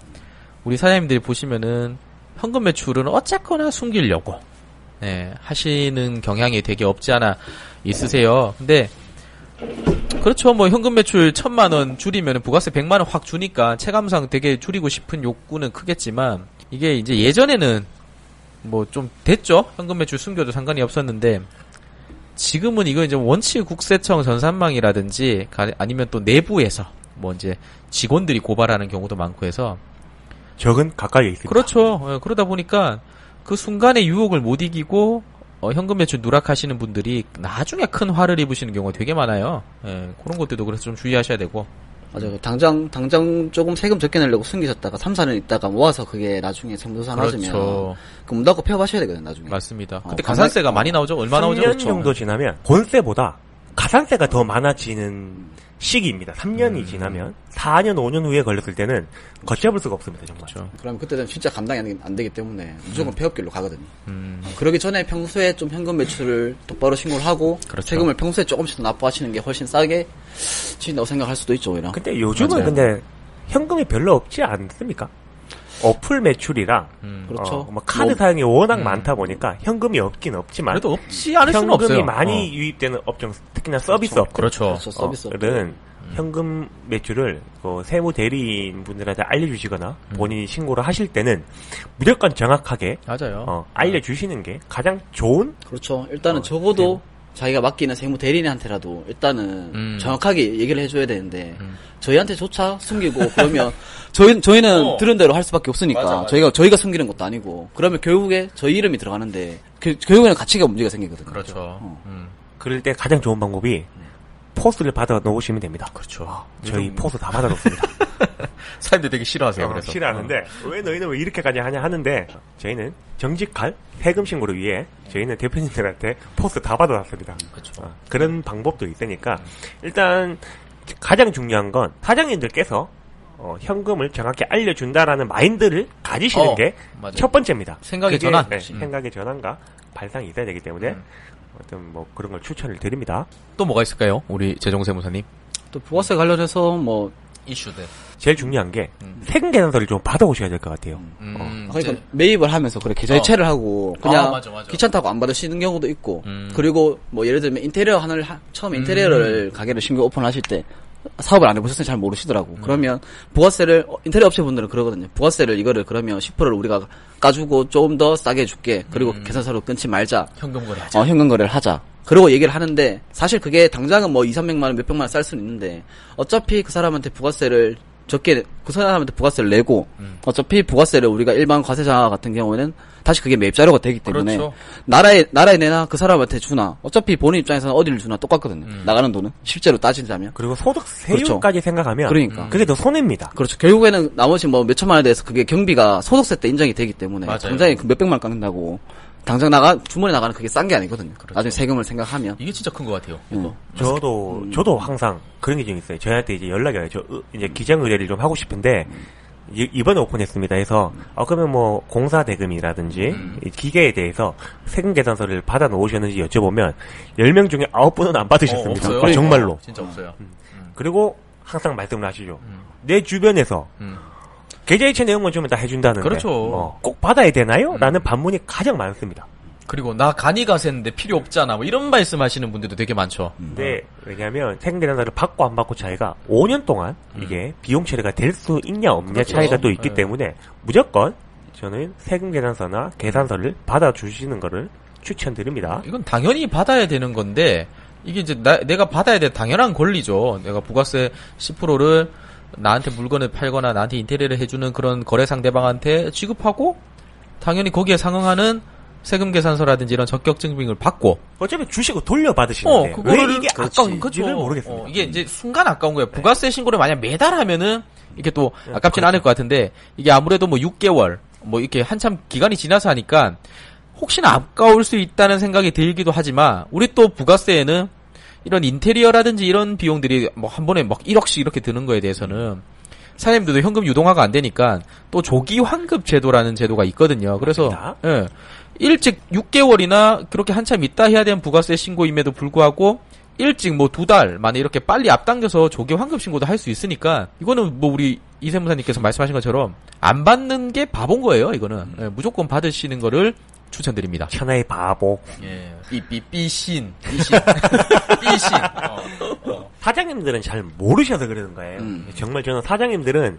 S3: 우리 사장님들이 보시면은 현금 매출은 어쨌거나 숨기려고 네, 하시는 경향이 되게 없지 않아 있으세요. 근데 그렇죠. 뭐 현금 매출 천만 원 줄이면 부가세 백만 원 확 주니까 체감상 되게 줄이고 싶은 욕구는 크겠지만 이게 이제 예전에는 뭐 좀 됐죠. 현금 매출 숨겨도 상관이 없었는데 지금은 이거 이제 원치 국세청 전산망이라든지 가- 아니면 또 내부에서 뭐 이제 직원들이 고발하는 경우도 많고 해서
S2: 적은 가까이 있습니다.
S3: 그렇죠. 예, 그러다 보니까 그 순간의 유혹을 못 이기고 어, 현금 매출 누락하시는 분들이 나중에 큰 화를 입으시는 경우가 되게 많아요. 예, 그런 것들도 그래서 좀 주의하셔야 되고.
S4: 맞아요. 당장 당장 조금 세금 적게 내려고 숨기셨다가 3, 4년 있다가 모아서 그게 나중에 세무조사
S3: 그렇죠.
S4: 맞으면 그문 닫고 폐업하셔야 되거든요. 나중에.
S3: 맞습니다.
S4: 어,
S3: 그때
S4: 가만-
S3: 가산세가 많이 나오죠. 얼마 나오죠? 그렇죠.
S2: 3년 정도 지나면 본세보다 가산세가 더 많아지는 시기입니다. 3년이
S3: 음.
S2: 지나면 4년 5년 후에 걸렸을 때는 걷잡을 수가 없습니다. 정말.
S3: 그렇죠.
S4: 그럼 그때 되면 진짜 감당이 안, 되기- 안 되기 때문에 무조건 폐업길로 가거든요.
S3: 음,
S4: 어, 그러기 전에 평소에 좀 현금 매출을 똑바로 신고를 하고
S3: 그렇죠.
S4: 세금을 평소에 조금씩 납부하시는 게 훨씬 싸게 친다고 생각할 수도 있죠, 오히려.
S3: 그-
S2: 근데 요즘은
S3: 맞아요.
S2: 근데 현금이 별로 없지 않습니까? 어플 매출이랑
S3: 음.
S4: 그렇죠.
S2: 어, 뭐 카드
S4: 뭐-
S2: 사용이 워낙 많다 보니까 현금이 없긴 없지만
S3: 그래도 없지 않을 수는
S2: 현금이
S3: 없어요.
S2: 많이
S3: 어.
S2: 유입되는 업종 특히나 서비스 업종
S3: 그렇죠.
S4: 그렇죠, 서비스 업종.
S2: 는
S3: 음.
S2: 현금 매출을 그 세무 대리인 분들한테 알려주시거나
S3: 음.
S2: 본인이 신고를 하실 때는 무조건 정확하게
S3: 맞아요.
S2: 어, 알려주시는 게 가장 좋은
S4: 그렇죠. 일단은 적어도 자기가 맡기는 세무 대리인한테라도 일단은
S3: 음.
S4: 정확하게 얘기를 해줘야 되는데 저희한테조차 숨기고 그러면 저희 저희는
S5: 어.
S4: 들은 대로 할 수밖에 없으니까
S5: 맞아, 맞아.
S4: 저희가 저희가 숨기는 것도 아니고 그러면 결국에 저희 이름이 들어가는데 그, 결국에는 가치가 문제가 생기거든요.
S3: 그렇죠.
S4: 어.
S3: 음.
S2: 그럴 때 가장 좋은 방법이 포스를 받아 놓으시면 됩니다. 그렇죠. 저희 포스 다 받아 놓습니다.
S3: 사람들 되게 싫어하세요.
S2: 어,
S3: 그래서.
S2: 싫어하는데 왜 너희는 왜 이렇게까지 하냐 하는데 저희는 정직할 세금 신고를 위해 저희는 대표님들한테 포스 다 받아놨습니다.
S3: 그쵸.
S2: 어, 그런 방법도 있으니까 일단 가장 중요한 건 사장님들께서 어, 현금을 정확히 알려준다라는 마인드를 가지시는
S3: 어,
S2: 게
S3: 맞아요.
S2: 첫 번째입니다.
S3: 생각의
S2: 그게,
S3: 전환.
S2: 네,
S3: 음.
S2: 생각의 전환과 발상이 있어야 되기 때문에 어떤 뭐 그런 걸 추천을 드립니다.
S3: 어. 또 뭐가 있을까요? 우리 재정세무사님.
S4: 또 부가세 관련해서 뭐
S3: 이슈들.
S2: 제일 중요한 게 세금 계산서를 좀 받아오셔야 될 것 같아요. 어,
S3: 음,
S4: 그러니까
S3: 이제- 어.
S4: 매입을 하면서 그래 계좌이체를 하고 그냥
S3: 아, 맞아, 맞아.
S4: 귀찮다고 안 받으시는 경우도 있고
S3: 음.
S4: 그리고 뭐 예를 들면 인테리어 하나를 하- 처음 인테리어를 가게를 신규 오픈하실 때 사업을 안 해보셨으니 잘 모르시더라고
S3: 음.
S4: 그러면 부가세를 어, 인테리어 업체분들은 그러거든요 부가세를 이거를 그러면 10%를 우리가 까주고 조금 더 싸게 해줄게 그리고
S3: 음.
S4: 계산서로 끊지 말자
S3: 현금 아, 거래하자.
S4: 어, 현금 거래를 하자. 그러고 얘기를 하는데 사실 그게 당장은 뭐 2, 300만 원, 몇백만 원 쌀 수는 있는데 어차피 그 사람한테 부가세를 적게 그 사람한테 부가세를 내고
S3: 음.
S4: 어차피 부가세를 우리가 일반 과세자 같은 경우에는 다시 그게 매입 자료가 되기 때문에
S3: 그렇죠.
S4: 나라에 나라에 내나 그 사람한테 주나 어차피 본인 입장에서는 어디를 주나 똑같거든요.
S3: 음.
S4: 나가는 돈은 실제로 따진다면
S2: 그리고 소득세율까지 생각하면
S4: 그러니까.
S2: 그게 더 손해입니다.
S4: 그렇죠. 결국에는 나머지 뭐 몇천만 원에 대해서 그게 경비가 소득세 때 인정이 되기 때문에
S3: 맞아요.
S4: 당장에 그 몇백만 원 깎는다고 당장 나가 주머니 나가는 그게 싼 게 아니거든요.
S3: 그렇죠.
S4: 나중에 세금을 생각하면
S3: 이게 진짜 큰 것 같아요.
S4: 음.
S2: 저도 저도 항상 그런 게 좀 있어요. 저희한테 이제 연락이 와요. 저 으, 이제 기장 의뢰를 좀 하고 싶은데 이- 이번에 오픈했습니다. 해서 아 그러면 뭐 공사 대금이라든지 이 기계에 대해서 세금 계산서를 받아 놓으셨는지 여쭤보면 10명 중에 9분은 안 받으셨습니다.
S3: 없어요.
S2: 아, 정말로. 음.
S3: 진짜 없어요.
S2: 그리고 항상 말씀을 하시죠. 내 주변에서
S3: 음.
S2: 계좌이체 내용만 주면 다 해준다는데
S3: 그렇죠.
S2: 어, 꼭 받아야 되나요? 라는 반문이 가장 많습니다.
S3: 그리고 나 간이 가세는데 필요 없잖아. 뭐 이런 말씀하시는 분들도 되게 많죠.
S2: 근데 네, 왜냐하면 생계단사를 받고 안 받고 차이가 5년 동안 이게 비용 처리가 될 수 있냐 없냐 차이가 또 있기
S3: 음. 그렇죠. 네.
S2: 때문에 무조건 저는 세금 계산서나 계산서를 받아주시는 거를 추천드립니다.
S3: 이건 당연히 받아야 되는 건데 이게 이제 나- 내가 받아야 될 당연한 권리죠. 내가 부가세 10%를 나한테 물건을 팔거나 나한테 인테리어를 해주는 그런 거래 상대방한테 취급하고 당연히 거기에 상응하는 세금 계산서라든지 이런 적격 증빙을 받고
S2: 어차피 주식을 돌려받으시는데 왜 어, 이게 아까운지를 모르겠습니다. 음. 네.
S3: 어, 이게 이제 순간 아까운 거예요. 부가세 신고를 만약 매달 하면은 이게 또 아깝진
S2: 그렇죠.
S3: 않을 것 같은데 이게 아무래도 뭐 6개월 뭐 이렇게 한참 기간이 지나서 하니까 혹시나 아까울 수 있다는 생각이 들기도 하지만 우리 또 부가세에는 이런 인테리어라든지 이런 비용들이 뭐 한 번에 막 1억씩 이렇게 드는 거에 대해서는 사장님들도 현금 유동화가 안 되니까 또 조기 환급 제도라는 제도가 있거든요. 그래서
S2: 맞습니다.
S3: 예. 일찍 6개월이나 그렇게 한참 있다 해야 되는 부가세 신고임에도 불구하고 일찍 뭐 두 달 만에 이렇게 빨리 앞당겨서 조기 환급 신고도 할 수 있으니까 이거는 뭐 우리 이세무사님께서 말씀하신 것처럼 안 받는 게 바본 거예요. 이거는 예, 무조건 받으시는 거를 추천드립니다.
S2: 천하의 바보.
S3: 예. 삐삐삐신 삐신 (laughs) 삐신 어.
S2: 사장님들은 잘 모르셔서 그러는 거예요.
S3: 음.
S2: 정말 저는 사장님들은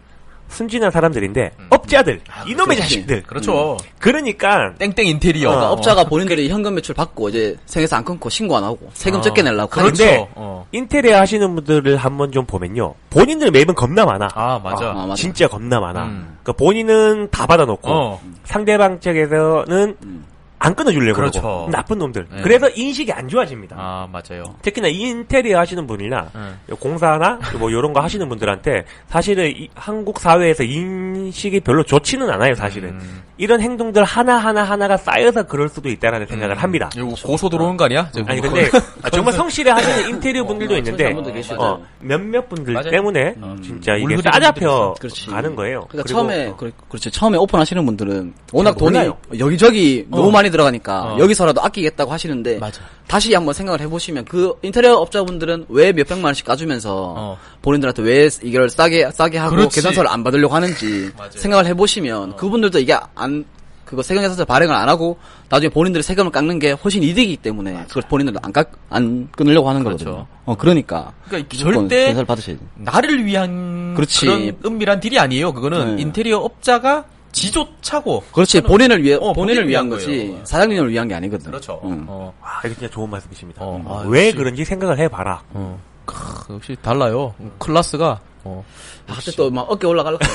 S2: 순진한 사람들인데 업자들 이놈의
S4: 그렇지.
S2: 자식들.
S3: 아, 그렇죠.
S2: 그러니까
S3: 땡땡 인테리어
S4: 그러니까 업자가 본인들이 현금 매출 받고 이제 생에서 안 끊고 신고 안 하고 세금
S3: 아,
S4: 적게 내려고 하는데
S3: 그렇죠.
S2: 근데
S3: 어.
S2: 인테리어 하시는 분들을 한번 좀 보면요. 본인들 매입은 겁나 많아.
S3: 아 맞아.
S4: 아, 맞아.
S2: 진짜 겁나 많아.
S3: 음.
S2: 그러니까 본인은 다 받아놓고
S3: 어.
S2: 상대방 측에서는
S3: 음.
S2: 안 끊어주려고
S3: 그렇죠.
S2: 그러고. 나쁜 놈들.
S3: 네.
S2: 그래서 인식이 안 좋아집니다.
S3: 아 맞아요. 음.
S2: 특히나 인테리어 하시는 분이나
S3: 응.
S2: 공사나 뭐 이런 거 하시는 분들한테 사실은 이 한국 사회에서 인식이 별로 좋지는 않아요. 사실은
S3: 음.
S2: 이런 행동들 하나 하나 하나가 쌓여서 그럴 수도 있다라는 생각을
S3: 음.
S2: 합니다.
S3: 이거 고소 들어오는 거 음. 아니야? 지금?
S2: 아니
S4: 음.
S2: 근데 아, 정말 성실히 하시는 인테리어 분들도
S4: 어,
S2: 있는데
S4: 청취자분들 계시죠.
S2: 어, 몇몇 분들
S3: 맞아요.
S2: 때문에
S4: 음.
S2: 진짜 이게
S3: 물흐리는
S2: 싸잡혀
S4: 그렇지.
S2: 가는 거예요.
S4: 그러니까
S2: 그리고
S4: 처음에
S3: 어.
S4: 그렇- 그렇지 처음에 오픈하시는 분들은 워낙 돈이
S2: 몰라요.
S4: 여기저기 너무 많이 들어가니까
S3: 어.
S4: 여기서라도 아끼겠다고 하시는데
S3: 맞아.
S4: 다시 한번 생각을 해보시면 그 인테리어 업자분들은 왜 몇 백만 원씩 까주면서
S3: 어.
S4: 본인들한테 왜 이걸 싸게 싸게 하고
S3: 그렇지. 어.
S4: 계산서를 안
S3: (laughs)
S4: 받으려고 하는지 생각을 해보시면 그분들도 이게 안 그거 세금 계산서 발행을 안 하고 나중에 본인들이 세금을 깎는 게 훨씬 이득이기 때문에 그걸 본인들도 안깎안 끊으려고 하는 거거든요. 어 그러니까
S3: 그렇죠. 그러니까
S4: 무조건
S3: 절대
S4: 계산을 받으셔야 돼.
S3: 나를 위한
S4: 그렇지.
S3: 런 은밀한 딜이 아니에요. 그거는
S4: 네.
S3: 인테리어 업자가 지조차고
S4: 그렇지 본인을 위해
S3: 어,
S4: 본인을
S3: 본인을
S4: 위한
S3: 위한
S4: 거지
S3: 거예요.
S4: 사장님을 위한 게 아니거든.
S5: 그렇죠.
S4: 음.
S3: 어,
S2: 와, 이거 진짜 좋은 말씀이십니다.
S3: 어, 아,
S2: 왜
S3: 역시.
S2: 그런지 생각을 해봐라.
S4: 음.
S3: 어. 크, 역시 달라요. 클라스가 어.
S4: 아, 그때 또막 어깨 올라가려고.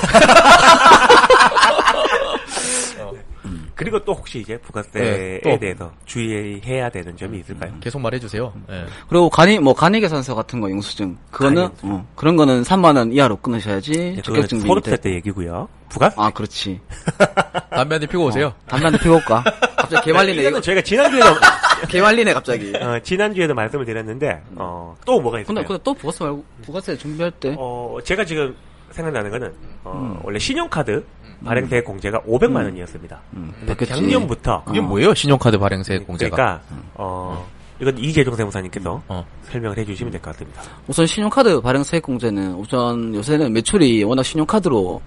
S2: 그리고 또 혹시 이제 부가세에
S3: 네, 또.
S2: 대해서 주의해야 되는
S4: 음.
S2: 점이 있을까요?
S3: 계속 말해주세요. 예.
S4: (laughs) 그리고 간이 뭐 간이 계산서 같은 거 영수증 그거는
S2: 간이.
S4: 어, 그런 거는 3만 원 이하로 끊으셔야지
S2: 네, 그거는
S4: 적격증
S2: 소득세 때 얘기고요. 부가세
S4: 아 그렇지.
S3: 담배 한 대 피고 오세요.
S4: 담배 한대 피고 올까? (laughs) 갑자기 개말리네. (laughs) 이거
S2: 이거는 저희가 지난주에도
S4: 개말리네 갑자기.
S2: 어, 지난주에도 말씀을 드렸는데 어, 또 뭐가 있을까요?
S4: 음. 근데 근데 또 부가세 말고 부가세 준비할 때
S2: 어, 제가 지금 생각나는 거는 어,
S4: 음.
S2: 원래 신용카드 발행세 공제가 500만 원이었습니다.
S4: 바뀌었지.
S2: 네, 작년부터
S3: 그게 뭐예요? 신용카드 발행세
S2: 어.
S3: 공제가.
S2: 그러니까 어, 이건 이재종 세무사님께서
S3: 어.
S2: 설명을 해주시면 될 것 같습니다.
S4: 우선 신용카드 발행 세액공제는 우선 요새는 매출이 워낙 신용카드로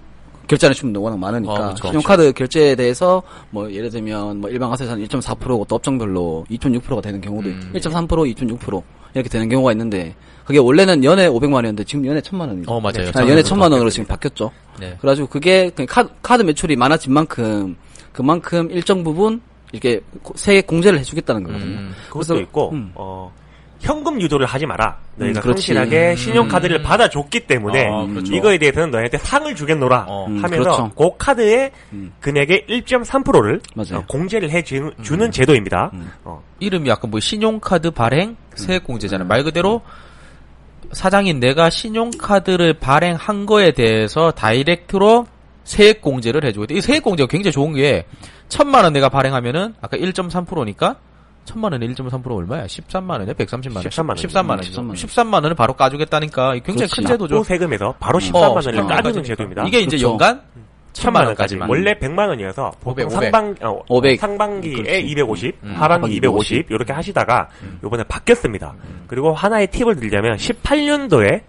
S4: 결제하는 친구도 워낙 많으니까
S3: 아, 그렇죠.
S4: 신용카드 결제에 대해서 뭐 예를 들면 뭐 일반 가세자는 1.4%고 또 업종별로 2.6%가 되는 경우도
S3: 음.
S4: 있고 1.3% 2.6% 이렇게 되는 경우가 있는데 그게 원래는 연에 500만 원이었는데 지금 연에 1000만 원이죠.
S3: 어, 맞아요.
S4: 아, 연에 1000만 원으로 지금 바뀌었죠.
S3: 네.
S4: 그래가지고 그게 그 카드, 카드 매출이 많아진 만큼 그만큼 일정 부분 이렇게 고- 세액 공제를 해주겠다는 거거든요.
S3: 음.
S2: 그것도
S4: 그래서-
S2: 있고
S4: 음.
S2: 어, 현금 유도를 하지 마라. 너희가
S4: 음, 그렇지.
S2: 성실하게 신용카드를 받아줬기 때문에
S3: 아, 그렇죠.
S2: 이거에 대해서는 너희한테 상을 주겠노라
S3: 어.
S4: 음,
S2: 하면서
S4: 그렇죠. 음.
S2: 그 카드의 금액의 1.3%를
S4: 맞아요. 음.
S2: 공제를 해주는 제도입니다. 어,
S3: 이름이 약간 뭐 신용카드 발행
S2: 음.
S3: 세액 공제잖아요. 말 그대로 사장인 내가 신용카드를 발행한 거에 대해서 다이렉트로 세액 공제를 해주고 있다. 이 세액 공제가 굉장히 좋은 게 천만 원 내가 발행하면은 아까 1.3%니까 천만 원에 1.3% 얼마야? 13만 원에 130만 원.
S2: 13만 원.
S3: 13만 원.
S4: 음, 13만 원.
S3: 13만 원을 바로 까주겠다니까 굉장히 큰
S4: 그렇지.
S3: 제도죠.
S2: 납부 세금에서 바로
S4: 음.
S3: 어,
S2: 13만 원을
S3: 13만
S2: 따주는
S3: 원까지니까.
S2: 제도입니다.
S3: 이게 이제
S4: 그렇죠.
S3: 연간 천만 원까지만.
S2: 원래 100만 원이어서 보통
S3: 500, 500.
S2: 상반 어,
S4: 500.
S2: 상반기에
S3: 음.
S4: 그렇지.
S2: 250, 하반기
S4: 하반기
S2: 250 이렇게 하시다가 요번에 바뀌었습니다.
S3: 음.
S2: 그리고 하나의 팁을 드리자면 18년도에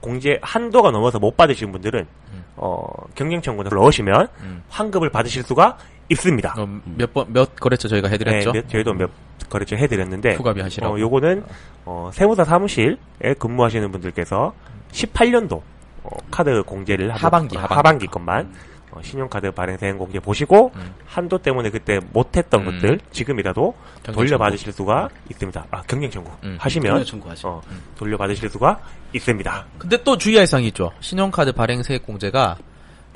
S2: 공제 한도가 넘어서 못 받으신 분들은
S3: 음.
S2: 어, 경쟁청구를 넣으시면 환급을 받으실 수가 있습니다.
S3: 몇번 몇 거래처 저희가 어, 해드렸죠. 음.
S2: 네, 몇- 저희도 몇 거래처 해드렸는데
S3: 후가비 하시라고.
S2: 어, 요거는 어, 세무사 사무실에 근무하시는 분들께서 18년도 어, 카드 공제를 하고-
S3: 하반기,
S2: 어,
S3: 하반기. 음.
S2: 하반기 것만 어, 신용카드 발행세액 공제 보시고 한도 때문에 그때 못했던
S3: 음.
S2: 것들 지금이라도
S3: 경쟁
S2: 돌려받으실 수가 있습니다. 아 경쟁 청구
S3: 음.
S2: 하시면
S4: 청구하죠.
S2: 어, 돌려받으실 수가 있습니다.
S3: 근데 또 주의할 사항이 있죠. 신용카드 발행 세액 공제가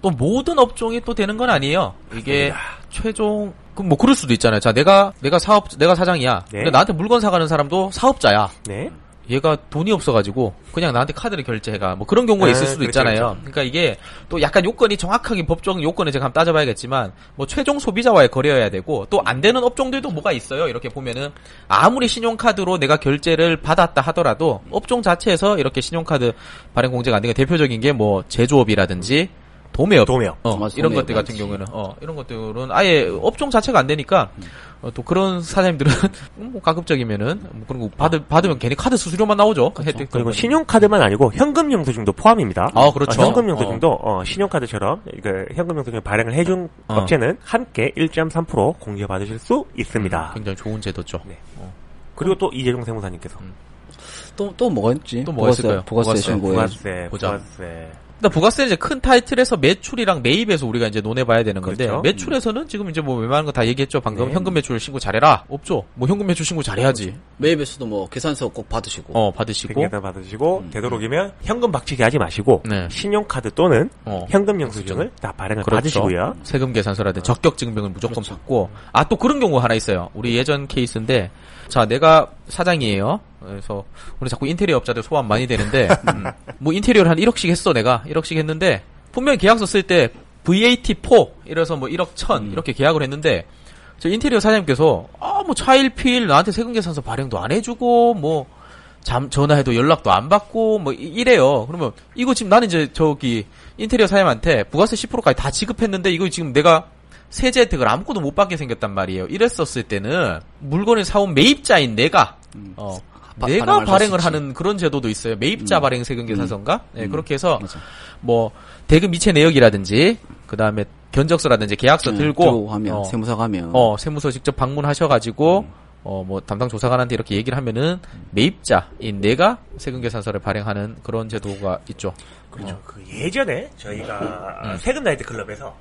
S3: 또 모든 업종이 또 되는 건 아니에요. 이게 최종 그뭐 그럴 수도 있잖아요. 자, 내가 내가 사업 내가 사장이야.
S2: 네.
S3: 근데 나한테 물건 사가는 사람도 사업자야.
S2: 네.
S3: 얘가 돈이 없어가지고 그냥 나한테 카드를 결제해가 뭐 그런 경우가
S2: 아,
S3: 있을 수도
S2: 그렇죠,
S3: 있잖아요.
S2: 그렇죠.
S3: 그러니까 이게 또 약간 요건이 정확하게 법적 요건을 제가 한번 따져봐야겠지만 뭐 최종 소비자와의 거래여야 되고 또 안 되는 업종들도 뭐가 있어요. 이렇게 보면은 아무리 신용카드로 내가 결제를 받았다 하더라도 업종 자체에서 이렇게 신용카드 발행 공제가 안 되니까 대표적인 게 뭐 제조업이라든지 도매업,
S2: 도매업.
S3: 어,
S4: 맞아,
S3: 이런
S4: 도매업
S3: 것들
S4: 많지.
S3: 같은 경우에는 어, 이런 것들은 아예 업종 자체가 안 되니까
S2: 음.
S3: 어, 또 그런 사장님들은 (laughs) 뭐 가급적이면은 뭐 그런 거 받을 받으면 괜히 카드 수수료만 나오죠. 혜택
S2: 그렇죠. 그리고 신용카드만 아니고 현금 영수증도 포함입니다.
S3: 아, 그렇죠.
S2: 어, 현금 영수증도 어, 신용카드처럼 그 현금 영수증을 발행을 해준
S3: 어.
S2: 업체는 함께 1.3% 공제 받으실 수 있습니다.
S3: 굉장히 좋은 제도죠.
S2: 네. 그리고 또 이재종 세무사님께서
S3: 음.
S4: 또, 또 뭐가 있지?
S3: 또 뭐가 있을까요? 부가세,
S4: 부가세, 부가세 신고에.
S2: 부가세,
S3: 네. 보자.
S2: 부가세.
S3: 일단 부가세는 이제 큰 타이틀에서 매출이랑 매입에서 우리가 이제 논해봐야 되는 건데
S2: 그렇죠.
S3: 매출에서는 지금 이제 뭐 웬만한 거 다 얘기했죠. 방금
S2: 네. 그렇죠.
S3: 현금 매출 신고 잘해라. 없죠. 뭐 현금 매출 신고 잘해야지.
S4: 매입에서도 뭐 계산서 꼭 받으시고.
S3: 어
S2: 백
S3: 받으시고
S2: 개다 받으시고 되도록이면 현금 박치기 하지 마시고
S3: 음. 네.
S2: 신용카드 또는
S3: 어. 음.
S2: 현금 영수증을 다 발행을 받으시고요.
S3: 그렇죠.
S2: 그렇죠.
S3: 세금 계산서라든 지 적격 증명을 무조건 받고 아 또 그런 경우 가 하나 있어요. 우리 예전 케이스인데 자 내가 사장이에요. 그래서 오늘 자꾸 인테리어 업자들 소환
S2: (laughs)
S3: 많이 되는데 음, 뭐 인테리어를 한 1억씩 했어 내가 1억씩 했는데 분명히 계약서 쓸 때 VAT 4 이래서 뭐 1억 천
S2: 음.
S3: 이렇게 계약을 했는데 저 인테리어 사장님께서 아뭐 차일피일 나한테 세금 계산서 발행도 안 해주고 뭐 잠 전화해도 연락도 안 받고 뭐 이- 이래요. 그러면 이거 지금 나는 이제 저기 인테리어 사장님한테 부가세 10%까지 다 지급했는데 이거 지금 내가 세제 혜택을 아무것도 못 받게 생겼단 말이에요. 이랬었을 때는 물건을 사온 매입자인 내가 어,
S4: 음. 바-
S3: 내가
S4: 발행을 할수
S3: 발행을
S4: 있지.
S3: 하는 그런 제도도 있어요. 매입자
S4: 음.
S3: 발행 세금 계산서인가? 네,
S4: 음.
S3: 그렇게 해서
S4: 맞아.
S3: 뭐 대금 이체 내역이라든지 그다음에 견적서라든지 계약서
S4: 네,
S3: 들고,
S4: 하면,
S3: 어,
S4: 세무사 가면.
S3: 어, 세무서 직접 방문하셔가지고, 어, 뭐, 담당 조사관한테 이렇게 얘기를 하면은, 매입자인 내가 세금계산서를 발행하는 그런 제도가 있죠.
S2: 그렇죠.
S3: 어.
S2: 그 예전에 저희가
S3: 음.
S2: 세금 나이트 클럽에서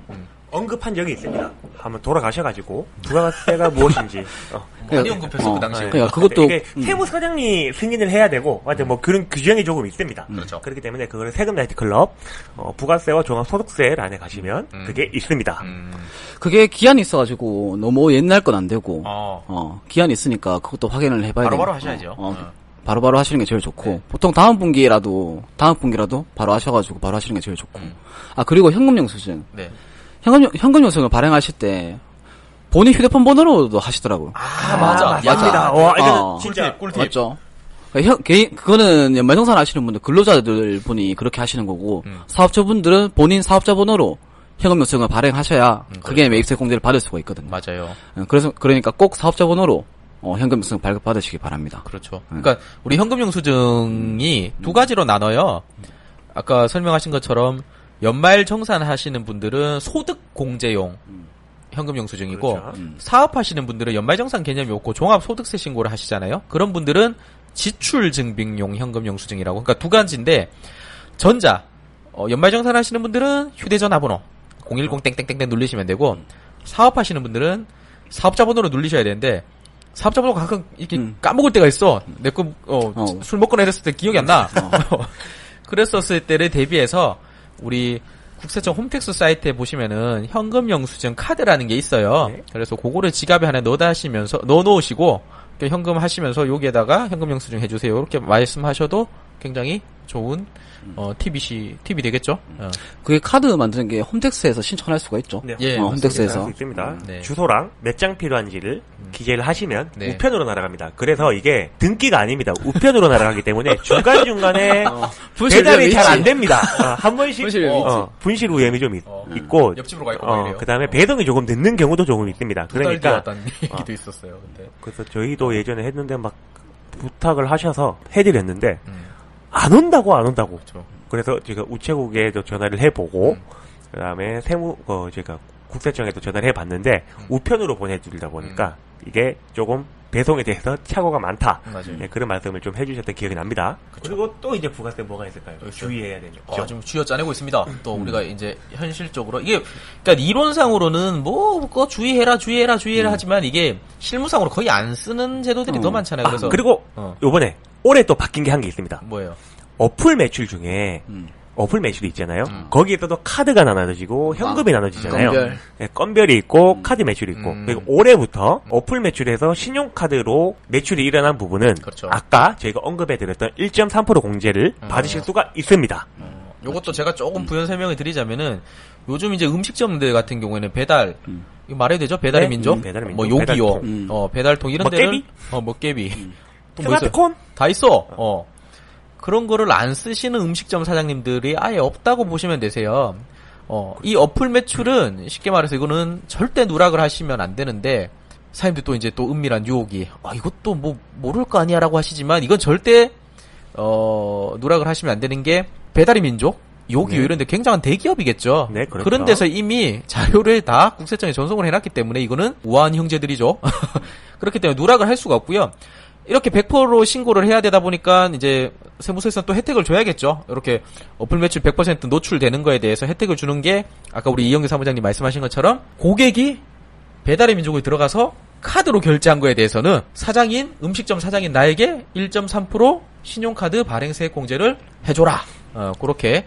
S2: 언급한 적이 있습니다. 한번 돌아가셔가지고
S3: (laughs)
S2: 부가세가 무엇인지. 어.
S3: 많이 언급했어, 그 당시에.
S4: 그러니까 그것도
S2: 이게 세무사장이 승인을 해야 되고, 하여튼 뭐 그런 규정이 조금 있습니다. 그렇죠. 그렇기 때문에 그걸 세금 나이트 클럽 어, 부가세와 종합소득세란에 가시면 그게 있습니다.
S3: 음.
S4: 그게 기한이 있어가지고 너무 옛날 건 안 되고
S3: 어.
S4: 어. 기한이 있으니까 그것도 확인을 해봐야 돼요.
S3: 바로바로 하셔야죠.
S4: 어,
S3: 어. 네.
S4: 바로바로 하시는 게 제일 좋고 보통 다음 분기라도 다음 분기라도 바로 하셔가지고 바로 하시는 게 제일 좋고
S3: 음.
S4: 아 그리고 현금 영수증
S3: 네.
S4: 현금 영- 현금 영수증을 발행하실 때 본인 휴대폰 번호로도 하시더라고요.
S3: 아, 맞아.
S2: 맞습니다. 와, 이거
S4: 어.
S2: 진짜
S5: 꿀팁.
S4: 맞죠? 그러니까 현- 개인 그거는 연말정산 하시는 분들 근로자들 분이 그렇게 하시는 거고
S2: 음.
S4: 사업자분들은 본인 사업자 번호로 현금 영수증을 발행하셔야
S2: 음, 그렇죠.
S4: 그게 매입세 공제를 받을 수가 있거든요.
S3: 맞아요.
S4: 어, 그래서 그러니까 꼭 사업자 번호로 어, 현금 수증 발급 받으시기 바랍니다.
S3: 그렇죠. 그러니까, 우리 현금영수증이 두 가지로 나눠요. 아까 설명하신 것처럼, 연말 정산 하시는 분들은 소득 공제용 현금영수증이고,
S2: 그렇죠.
S4: 음.
S3: 사업하시는 분들은 연말정산 개념이 없고 종합소득세 신고를 하시잖아요. 그런 분들은 지출증빙용 현금영수증이라고. 그러니까 두 가지인데 전자 어, 연말정산 하시는 분들은 휴대전화 번호 010 땡땡땡땡 누르시면 되고 사업하시는 분들은 사업자 번호로 누르셔야 되는데 사업자 번호 가끔 이렇게 까먹을 때가 있어. 내거술
S4: 어.
S3: 먹거나 이랬을 때 기억이 안 나. (laughs) 그랬었을 때를 대비해서 우리 국세청 홈택스 사이트에 보시면은 현금 영수증 카드라는 게 있어요.
S2: 네.
S3: 그래서 그거를 지갑에 하나 넣어다시면서 넣어 놓으시고 현금 하시면서 여기에다가 현금 영수증 해주세요. 이렇게 말씀하셔도 굉장히 좋은 어, 팁이시 팁이 되겠죠.
S5: 음.
S3: 어.
S4: 그게 카드 만드는 게 홈택스에서 신청할 수가 있죠.
S2: 네,
S3: 예,
S4: 어,
S3: 맞습니다.
S4: 홈택스에서 음.
S2: 할수 있습니다.
S3: 네.
S2: 주소랑 몇 장 필요한지를 기재를 하시면
S3: 네.
S2: 우편으로 날아갑니다. 그래서 이게 등기가 아닙니다. 우편으로 날아가기 때문에 중간 중간에
S4: 분실
S2: 배달이
S4: 위험이
S2: 잘 안
S4: 있지.
S2: 됩니다. 어, 한 번씩
S4: 분실 위험이
S2: 어, 어, 분실 우염이 좀 음. 있,
S3: 음.
S2: 고 어,
S5: 옆집으로 가 있고 막 이래요. 어,
S2: 그다음에 배송이 조금 늦는 경우도 조금 있습니다. 그러니까
S5: 얘기도 있었어요. 근데
S2: 그래서 저희도 예전에 했는데 막 부탁을 하셔서 해드렸는데
S5: 음.
S2: 안 온다고 안 온다고. 그래서 제가 우체국에도 전화를 해보고 그다음에 세무 어 제가 국세청에도 전화를 해봤는데 우편으로 보내드리다 보니까 이게 조금 배송에 대해서 착오가 많다.
S5: 맞아요.
S2: 네, 그런 말씀을 좀 해주셨던 기억이 납니다. 그리고또 이제 부가세 뭐가 있을까요? 주의해야 되죠.
S3: 아, 좀 쥐어 짜내고 있습니다.
S2: 음.
S3: 또 우리가 이제 현실적으로 이게 그러니까 이론상으로는 뭐 그거 주의해라 주의해라
S2: 음.
S3: 주의해라 하지만 이게 실무상으로 거의 안 쓰는 제도들이 더 많잖아요.
S2: 아,
S3: 그래서
S2: 그리고
S3: 어. 음.
S2: 요번에 올해 또 바뀐 게 한 게 있습니다.
S3: 뭐예요?
S2: 어플 매출 중에
S3: 음.
S2: 어플 매출이 있잖아요. 거기에서도 카드가
S3: 아,
S2: 나눠지고 현금이 나눠지잖아요.
S4: 건별.
S2: 네, 건별이 있고
S3: 음.
S2: 카드 매출이 있고 그리고 올해부터 어플 매출에서 신용카드로 매출이 일어난 부분은
S3: 그렇죠. 음.
S2: 아까 저희가 언급해드렸던 1.3% 공제를 받으실 수가 있습니다.
S3: 요것도 제가
S2: 음.
S3: 조금 부연 설명을 드리자면은 요즘 이제 음식점들 같은 경우에는 배달 이거 말해도 되죠?
S2: 음.
S3: 배달의
S2: 네,
S3: 민족,
S2: 음, 배달의
S3: 뭐
S2: 민족,
S3: 요기요,
S2: 배달통. 뭐
S4: 음.
S3: 어 배달통 이런
S2: 먹개비? 음.
S3: 데는 어 먹개비 또뭐 있어요?
S2: 스마트콘?
S3: 다 있어. 어. 그런 거를 안 쓰시는 음식점 사장님들이 아예 없다고 보시면 되세요. 어, 이 어플 매출은 쉽게 말해서 이거는 절대 누락을 하시면 안 되는데 사장님들 또 이제 또 은밀한 유혹이 아 이것도 뭐 모를 거 아니야라고 하시지만 이건 절대 어 누락을 하시면 안 되는 게 배달의 민족 요기요 이런데 굉장한 대기업이겠죠.
S2: 네, 그렇죠.
S3: 런 데서 이미 자료를 다 국세청에 전송을 해놨기 때문에 이거는 우아한 형제들이죠. (laughs) 그렇기 때문에 누락을 할 수가 없고요. 이렇게 100% 신고를 해야 되다 보니까 이제 세무서에서는 또 혜택을 줘야겠죠. 이렇게 어플 매출 100% 노출되는 거에 대해서 혜택을 주는 게 아까 우리 이영규 사무장님 말씀하신 것처럼 고객이 배달의 민족에 들어가서 카드로 결제한 거에 대해서는 사장인 음식점 사장인 나에게 1.3% 신용카드 발행세액 공제를 해줘라. 어 그렇게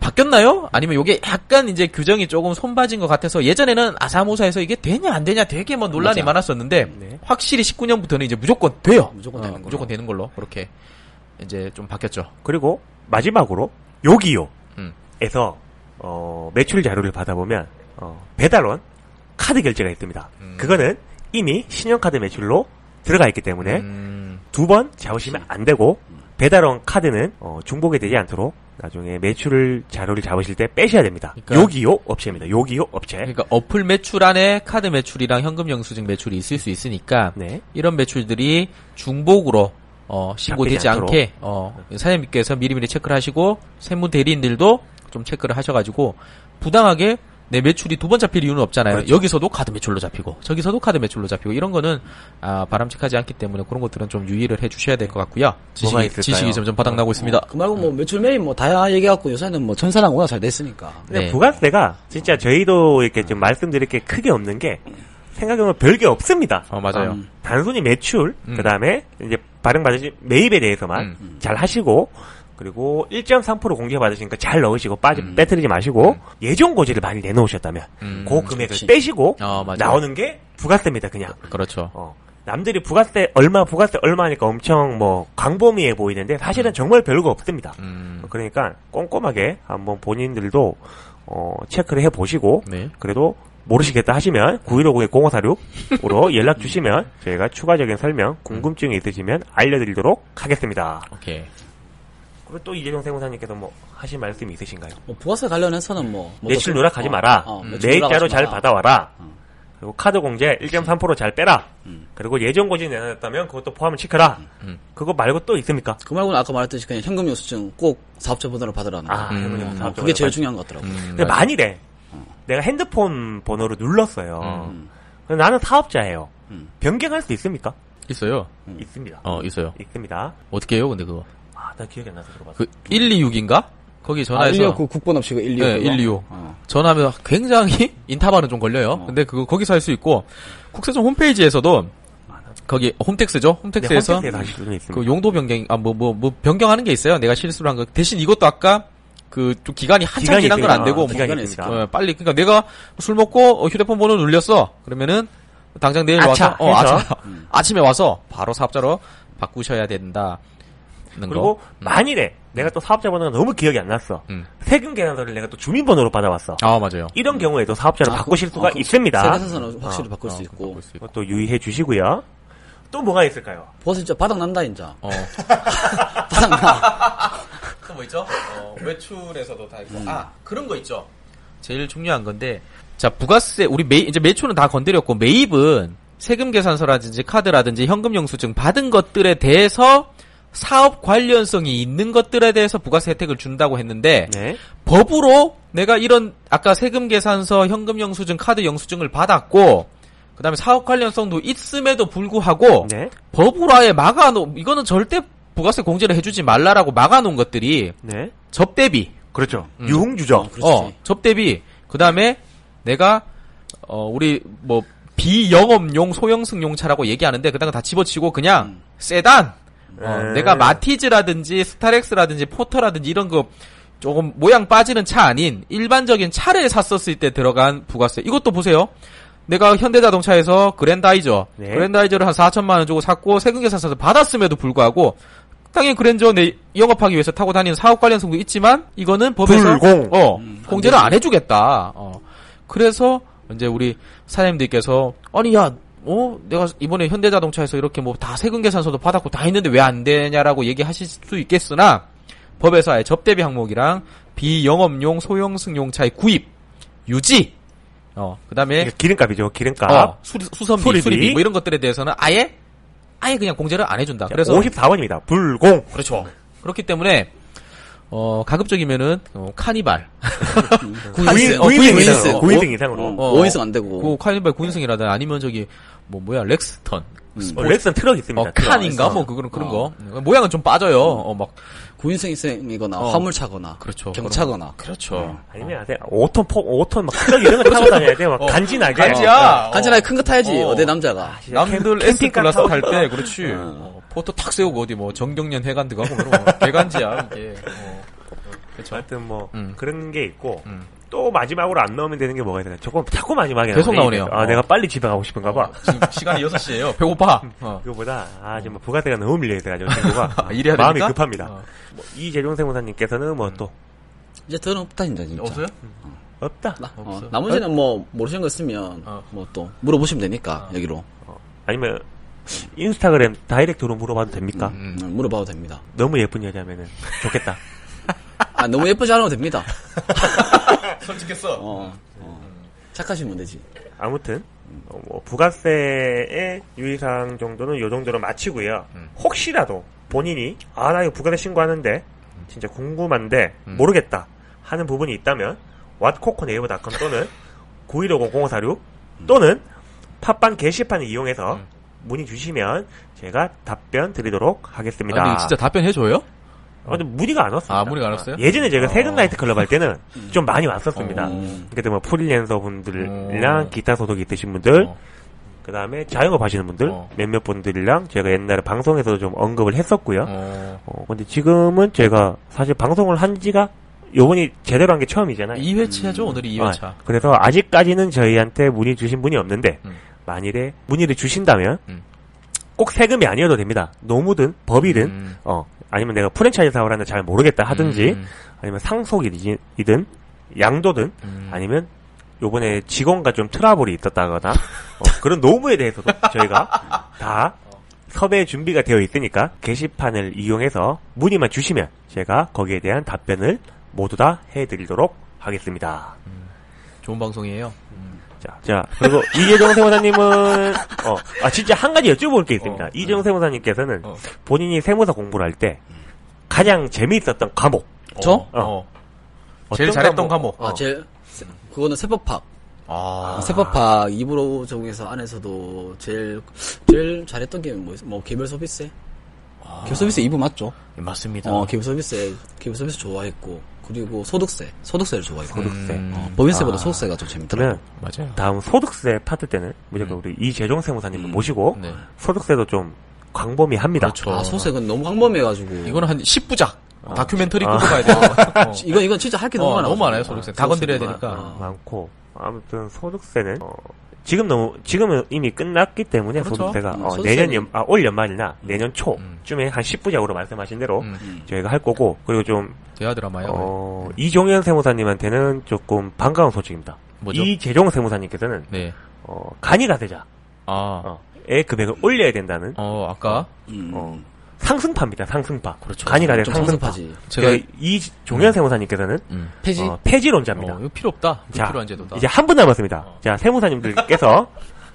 S3: 바뀌었나요? 아니면 이게 약간 이제 규정이 조금 손봐진 것 같아서 예전에는 아사모사에서 이게 되냐 안 되냐 되게 뭐 논란이 많았었는데 확실히 19년부터는 이제 무조건 돼요.
S4: 네. 무조건
S3: 어,
S4: 되는 걸로.
S3: 무조건 되는 걸로 그렇게 이제 좀 바뀌었죠.
S2: 그리고 마지막으로 요기요
S3: 음.
S2: 에서 어, 매출 자료를 받아보면 어, 배달원 카드 결제가 있습니다.
S3: 음.
S2: 그거는 이미 신용카드 매출로 들어가 있기
S4: 네?
S2: 때문에
S3: 음,
S2: 두 번 잡으시면 안 되고 배달원 카드는 어, 중복이 되지 않도록 나중에 매출 자료를 잡으실 때 빼셔야 됩니다.
S3: 그러니까-
S2: 요기요 업체입니다. 요기요
S4: 네?
S2: 업체.
S3: 그러니까 어플 매출 안에 카드 매출이랑 현금 영수증 매출이 있을 수 있으니까
S2: 네.
S3: 이런 매출들이 중복으로 어, 신고되지
S2: 잡히지 않도록.
S3: 않게 어, 사장님께서 미리미리 체크를 하시고 세무 대리인들도 좀 체크를 하셔가지고 부당하게 내 매출이 두 번 잡힐 이유는 없잖아요.
S2: 그렇죠.
S3: 여기서도 카드 매출로 잡히고 저기서도 카드 매출로 잡히고 이런 거는 아, 바람직하지 않기 때문에 그런 것들은 좀 유의를 해주셔야 될 것 같고요.
S2: 뭐가
S3: 지식이,
S2: 있을까요?
S3: 지식이 점점 바닥나고 있습니다.
S4: 그 말고 뭐 매출 매입 뭐 다 얘기해갖고 요새는 뭐 천사랑 워낙 잘 됐으니까.
S2: 근데
S3: 네.
S2: 부가세가 진짜 저희도 이렇게 좀 말씀드릴 게 크게 없는 게 생각해보면 별게 없습니다.
S3: 어, 맞아요.
S2: 음. 단순히 매출, 그 다음에 이제 발행받으신 매입에 대해서만
S3: 음.
S4: 음.
S2: 잘 하시고, 그리고 1.3% 공제 받으시니까 잘 넣으시고 빠지
S3: 음.
S2: 빼뜨리지 마시고 예전 고지를 많이 내놓으셨다면 그 금액을
S4: 그렇지.
S2: 빼시고
S3: 어, 맞아요.
S2: 나오는 게 부가세입니다 그냥
S3: 그렇죠.
S2: 어, 남들이 부가세 얼마 부가세 얼마 하니까 엄청 뭐 광범위해 보이는데 사실은 정말 별거 없습니다.
S3: 음,
S2: 그러니까 꼼꼼하게 한번 본인들도 어, 체크를 해 보시고
S3: 네.
S2: 그래도 모르시겠다 하시면 (laughs) 9159-0546으로 연락 주시면 저희가 추가적인 설명 궁금증이 있으시면 알려드리도록 하겠습니다.
S3: 오케이.
S2: 그리고 또 이재용 세무사님께서 뭐 하신 말씀이 있으신가요?
S4: 뭐 부가세 관련해서는 뭐. 뭐
S2: 매출
S4: 또-
S2: 누락하지
S4: 어,
S2: 마라.
S4: 어, 매출
S2: 내
S4: 누락하지
S2: 입자로 잘
S4: 마라.
S2: 받아와라. 그리고 카드 공제 1.3%잘 빼라. 그리고 예전 고지 내놨다면 그것도 포함을 시켜라.
S3: 음.
S2: 그거 말고 또 있습니까?
S4: 그 말고는 아까 말했듯이 그냥 현금 영수증 꼭 사업자 번호로 받으라는 거.
S2: 아, 현금
S4: 어,
S2: 사업자
S4: 그게 제일
S2: 번호.
S4: 중요한 것
S3: 음,
S4: 같더라고. 요
S2: 근데 많이래. 내가 핸드폰 번호를 눌렀어요.
S3: 음.
S2: 근데 나는 사업자예요. 변경할 수 있습니까?
S3: 있어요.
S2: 있습니다.
S3: 어, 있어요.
S2: 있습니다.
S3: 어떻게 해요, 근데 그거?
S2: 아, 나 기억이 안 나서 들어봤어.
S3: 그 126인가? 거기
S4: 아,
S3: 전화해서
S4: 129 국번 없이 그 129.
S3: 네, 125.
S2: 어.
S4: 어.
S3: 전화하면 굉장히 (laughs) 인타반은 좀 걸려요. 근데 그거 거기서 할 수 있고 국세청 홈페이지에서도 거기 홈택스죠.
S2: 네,
S3: 홈택스에서
S2: 홈택스에서 하실 수는 있습니다.
S3: 그 용도 변경 아 뭐 뭐 뭐 변경하는 게 있어요. 내가 실수를 한 거. 대신 이것도 아까 그 좀 기간이 한참
S2: 기간이
S3: 지난 건 안
S2: 있습니다.
S3: 되고 뭐
S2: 기간이
S4: 기간이
S2: 있습니다.
S3: 어, 빨리 그러니까 내가 술 먹고 어, 휴대폰 번호 눌렸어. 그러면은 당장 내일
S2: 아차,
S3: 와서 어,
S2: 해서. 음.
S3: 아차, (laughs) 아침에 와서 바로 사업자로 바꾸셔야 된다. 는
S2: 그리고
S3: 거.
S2: 만일에 내가 또 사업자 번호가 너무 기억이 안 났어.
S3: 음.
S2: 세금 계산서를 내가 또 주민번호로 받아왔어.
S3: 아 맞아요.
S2: 이런 경우에도 사업자를
S4: 아,
S2: 바꾸실
S4: 어,
S2: 수가
S4: 그
S2: 있습니다.
S4: 세대선서는 확실히 아, 바꿀
S3: 어,
S4: 수 있고.
S2: 그것도 유의해 주시고요. 또 뭐가 있을까요?
S4: 부가세 진짜 바닥 난다 인자.
S3: 어. (laughs)
S4: 바닥 나.
S3: 또 뭐 있죠? 어, 외출에서도 다 있고. 아, 그런 거 있죠. 제일 중요한 건데. 자, 부가세, 우리 매, 이제 매출은 다 건드렸고, 매입은 세금 계산서라든지 카드라든지 현금 영수증 받은 것들에 대해서 사업 관련성이 있는 것들에 대해서 부가세 혜택을 준다고 했는데,
S2: 네.
S3: 법으로 내가 이런 아까 세금 계산서, 현금 영수증, 카드 영수증을 받았고 그다음에 사업 관련성도 있음에도 불구하고
S2: 네.
S3: 법으로 아예 막아놓 이거는 절대 부가세 공제를 해주지 말라라고 막아놓은 것들이
S2: 네.
S3: 접대비,
S2: 그렇죠.
S3: 음.
S2: 유흥주죠.
S4: 그렇지.
S3: 어 접대비, 그다음에 내가 어 우리 뭐 비영업용 소형승용차라고 얘기하는데 그다음 다 집어치고 그냥
S4: 음.
S3: 세단, 어,
S2: 음.
S3: 내가 마티즈라든지 스타렉스라든지 포터라든지 이런 거 조금 모양 빠지는 차 아닌 일반적인 차를 샀었을 때 들어간 부가세. 이것도 보세요. 내가 현대자동차에서 그랜다이저,
S2: 네.
S3: 그랜다이저를 한 4천만 원 주고 샀고 세금계 사서 받았음에도 불구하고 당연히 그랜저 내 영업하기 위해서 타고 다니는 사업 관련성도 있지만 이거는 법에서
S2: 불공.
S3: 어, 공제를 안 해주겠다. 어. 그래서 이제 우리 사장님들께서 아니 야, 어 내가 이번에 현대자동차에서 이렇게 뭐 다 세금 계산서도 받았고 다 했는데 왜 안 되냐라고 얘기하실 수 있겠으나 법에서 아예 접대비 항목이랑 비영업용 소형승용차의 구입, 유지, 어 그다음에
S2: 그러니까 기름값이죠. 기름값.
S3: 어, 수, 선비 수리비.
S2: 아, 수리비.
S3: 뭐 이런 것들에 대해서는 아예 아예 그냥 공제를 안 해준다.
S2: 그래서
S3: 그래서
S2: 54원입니다. 불공.
S3: 그렇죠. 그렇기 때문에 어 가급적이면은 어,
S2: (laughs)
S3: 카니발 구인승,
S2: 구인승
S3: 어,
S4: 구인승.
S2: 이상으로.
S4: 어,
S2: 구인승 이상으로.
S3: 어.
S4: 어, 5인승
S2: 뭐.
S4: 안 되고.
S3: 그 카니발 구인승이라든 아니면 저기 뭐 뭐야 렉스턴
S2: 어, 렉슨 트럭 있습니다.
S3: 어 칸인가 뭐 그거는
S2: 어.
S3: 그런 거 음, 모양은 좀 빠져요 어막
S4: 구인승 이승이거나
S3: 어.
S4: 화물차거나
S3: 그렇죠.
S4: 경차거나 어.
S3: 그렇죠
S2: 아니면 아세요? 5톤 폭, 5톤 막 트럭 이런 거 타고 다녀야 돼. 막 간지나게. 어,
S3: 간지야 그렇죠.
S4: 간지나게 큰 거 타야지
S3: 어.
S4: 어. 디 남자가
S2: 진짜
S3: 남들
S2: 아, 캠-
S3: S
S2: 캠핑카
S3: 클래스
S2: 타고.
S3: 탈 때 그렇지 어, 포토 탁 세우고 어디 뭐 정경련 해관드 가고 그런 거 개간지야 이게 어. 그렇죠
S2: 하여튼 뭐
S3: 음.
S2: 그런 게 있고
S3: 음.
S2: 또 마지막으로 안 넣으면 되는 게 뭐가 있을까? 저건 자꾸 마지막에
S3: 계속
S2: 나오네.
S3: 나오네요.
S2: 아
S3: 어.
S2: 내가 빨리 집에 가고 싶은가 봐.
S3: 지금 시간이 6시예요 배고파 어.
S2: 그거보다 아 지금 부가세가 너무 밀려 있어가지고 친구가
S3: (laughs) 아, 음. 이래야
S2: 마음이
S3: 됩니까?
S2: 급합니다.
S3: 어.
S2: 뭐, 이 재종생 모사님께서는 뭐 또
S4: 이제 더는 없다 진짜 진짜.
S5: 없어요?
S2: 없다.
S3: 아.
S4: 나- 어,
S5: 없어.
S4: 나머지는 뭐 모르시는 거 있으면
S5: 어.
S4: 뭐 또 물어보시면 되니까 여기로
S2: 아니면 인스타그램 다이렉트로 물어봐도 됩니까?
S4: 음, 물어봐도 됩니다.
S2: 너무 예쁜 여자면은
S3: (laughs)
S2: 좋겠다.
S4: 아 너무 예쁘지 않아도 됩니다.
S5: 솔직했어.
S4: 어, 어. 착하시면 되지.
S2: 아무튼 어, 뭐 부가세의 유의사항 정도는 요 정도로 마치고요.
S3: 음.
S2: 혹시라도 본인이 아 나 이거 부가세 신고하는데 진짜 궁금한데
S3: 음.
S2: 모르겠다 하는 부분이 있다면 왓코코네이버닷컴 또는 (laughs) 9150-0546
S3: 음.
S2: 또는 팟빵 게시판을 이용해서 문의 주시면 제가 답변 드리도록 하겠습니다.
S3: 아니 진짜 답변해줘요?
S2: 아, 근데 문의가 안 왔습니다.
S3: 아, 문의가 안 왔어요?
S2: 예전에 제가
S3: 어.
S2: 세금 나이트 클럽 할
S3: (laughs)
S2: 때는 좀 많이 왔었습니다.
S4: 음.
S2: 그때 뭐 프리랜서 분들이랑
S3: 어.
S2: 기타 소득이 있으신 분들,
S3: 어.
S2: 그 다음에 자영업 하시는 분들
S3: 어.
S2: 몇몇 분들이랑 제가 옛날에 방송에서도 좀 언급을 했었고요.
S3: 어.
S2: 어, 근데 지금은 제가 사실 방송을 한 지가 요번이 제대로 한 게 처음이잖아요.
S3: 2회차죠 오늘이 2회차
S2: 아, 그래서 아직까지는 저희한테 문의 주신 분이 없는데
S3: 음.
S2: 만일에 문의를 주신다면
S3: 음.
S2: 꼭 세금이 아니어도 됩니다. 노무든 법이든
S3: 음.
S2: 어 아니면 내가 프랜차이즈 사업을 하는데 잘 모르겠다 하든지
S3: 음.
S2: 아니면 상속이든 양도든
S3: 음.
S2: 아니면 요번에 직원과 좀 트러블이
S3: (laughs)
S2: 있었다거나 어, 그런 노무에 대해서도 저희가 다 섭외 준비가 되어 있으니까 게시판을 이용해서 문의만 주시면 제가 거기에 대한 답변을 모두 다 해드리도록 하겠습니다.
S3: 좋은 방송이에요
S2: 자, 자
S3: (laughs)
S2: 그리고 이재정 세무사님은 어, 아 진짜 한 가지 여쭤볼 게 있습니다.
S3: 어,
S2: 이재정 세무사님께서는
S3: 어.
S2: 본인이 세무사 공부를 할 때 가장 재미있었던 과목
S4: 저?
S3: 어.
S2: 어떤
S3: 제일 잘했던 과목.
S4: 아, 제일 세- 그거는 세법학.
S3: 아.
S4: 세법학 입으로 적용해서 안에서도 제일 제일 잘했던 게 뭐 뭐 개별 서비스. 개별 서비스 2부 맞죠?
S3: 맞습니다.
S4: 어, 개별 서비스 개별 서비스 좋아했고 그리고 소득세 소득세를 좋아했고
S2: 소득세.
S5: 네.
S4: 어, 법인세보다 소득세가 좀 재밌더라.
S2: 그러면
S3: 맞아요.
S2: 다음 소득세 파트 때는 무조건 우리 이재종 세무사님을 모시고
S3: 네.
S2: 소득세도 좀 광범위합니다.
S3: 그렇죠.
S4: 아 소득세는 너무 광범위해가지고
S5: 네.
S3: 이거는 한 10부작. 다큐멘터리 끌고 가야 돼요. 어.
S4: 이건 이건 진짜 할 게 너무
S3: 어,
S4: 많아. 어.
S3: 너무 많아요, 소득세. 다 건드려야 되니까.
S2: 아, 많고 아무튼 소득세는 어, 지금 너무 지금은 이미 끝났기 때문에
S3: 그렇죠.
S2: 소득세가
S4: 음,
S2: 어,
S4: 소득세는-
S2: 내년 연, 아, 올 연말이나 내년 초쯤에 한 10부작으로 말씀하신
S5: 어.
S2: 대로
S3: 음.
S2: 저희가 할 거고 그리고 좀
S3: 대화 드라마요.
S2: 어,
S3: 네.
S2: 이종현 세무사님한테는 조금 반가운 소식입니다.
S3: 뭐죠?
S2: 이재종 세무사님께서는
S3: 네.
S2: 어, 간이가 되자
S3: 아. 어,
S2: 어, 의 금액을 올려야 된다는
S3: 아까
S2: 어, 상승파입니다. 상승파.
S3: 그렇죠.
S2: 간이가 된
S4: 좀
S2: 상승파.
S4: 상승파지.
S3: 제가
S2: 제가 이 종현 세무사님께서는
S3: 음.
S4: 폐지.
S2: 어, 폐지론자입니다.
S3: 어, 이거 필요 없다.
S2: 자,
S3: 불필요한 제도다. 어.
S2: 이제 한 분 남았습니다. 자,
S3: (laughs)
S2: 세무사님들께서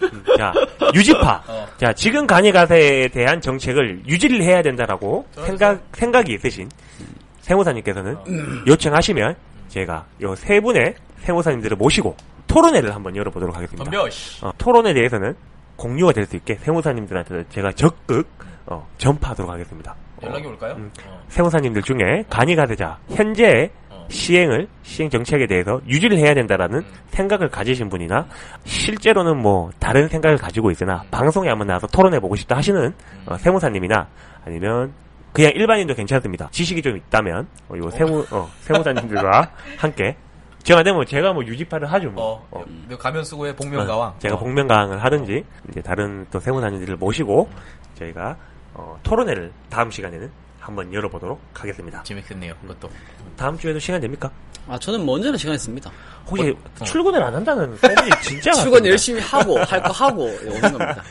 S2: 음, 자, 유지파.
S3: 어.
S2: 자, 지금 간이가세에 대한 정책을 유지를 해야 된다라고 생각 생각이 있으신
S3: 음.
S2: 세무사님께서는 요청하시면 제가 요 세 분의 세무사님들을 모시고 토론회를 한번 열어보도록 하겠습니다.
S5: 덤벼, 씨.
S2: 어, 토론에 대해서는 공유가 될 수 있게 세무사님들한테 제가 적극 어, 전파하도록 하겠습니다.
S5: 연락이
S2: 어,
S5: 올까요?
S2: 음.
S5: 어.
S2: 세무사님들 중에 간이가 되자 현재
S5: 어. 음.
S2: 시행을 시행 정책에 대해서 유지를 해야 된다라는 생각을 가지신 분이나 실제로는 뭐 다른 생각을 가지고 있으나 방송에 한번 나와서 토론해 보고 싶다 하시는
S5: 음.
S2: 어, 세무사님이나 아니면 그냥 일반인도 괜찮습니다. 지식이 좀 있다면 어, 요 세무 어,
S5: (laughs)
S2: 세무사님들과 함께 제가 안 되면 제가 뭐 유지파를 하죠 뭐.
S5: 어.
S2: 어.
S5: 너 가면 쓰고 해, 복면가왕.
S2: 제가
S5: 어.
S2: 복면가왕을 하든지 이제 다른 또 세무사님들을 모시고 저희가 어, 토론회를 다음 시간에는 한번 열어보도록 하겠습니다.
S5: 재밌겠네요, 그것도.
S2: 다음 주에도 시간 됩니까?
S4: 아 저는 뭐 언제나 시간 있습니다.
S2: 혹시 출근을 안
S4: (laughs)
S2: 한다는 소문이 진짜
S4: 뭐, 어. 출근
S2: 많습니다.
S4: 열심히 하고 할 거 하고 예, 오는 겁니다.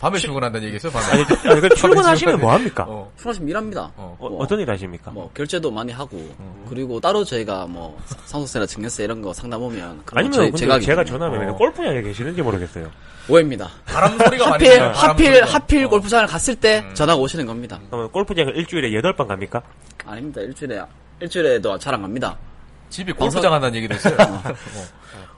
S5: 밤에 출근한다는 얘기겠어요, 밤에.
S2: 아니,
S4: (laughs)
S2: 저- 아니, 그 출근하시면 뭐 합니까? 어,
S5: 어.
S4: 사실 일합니다.
S5: 어.
S2: 떤일 하십니까?
S4: 뭐 결제도 많이 하고 그리고 따로 저희가 뭐 상속세나 증여세 이런 거 상담 오면 그런 거
S2: 아니면
S4: 저희-
S2: 근데
S4: 제가
S2: 제가,
S4: 하기 때문에.
S2: 전화하면
S5: 어.
S2: 골프장에 계시는지 모르겠어요.
S4: 오해입니다.
S5: 바람 소리가 많이
S4: 하필
S5: 나요, 바람
S4: 하필
S5: 소리가.
S4: 하필
S5: 어. 음.
S4: 골프장을 갔을 때 전화가 오시는 겁니다.
S2: 그러면 골프장을 일주일에 8번 갑니까?
S4: 아닙니다. 일주일에 일주일에도 잘 안 갑니다.
S5: 집이 골프장 한다는 얘기도 있어요.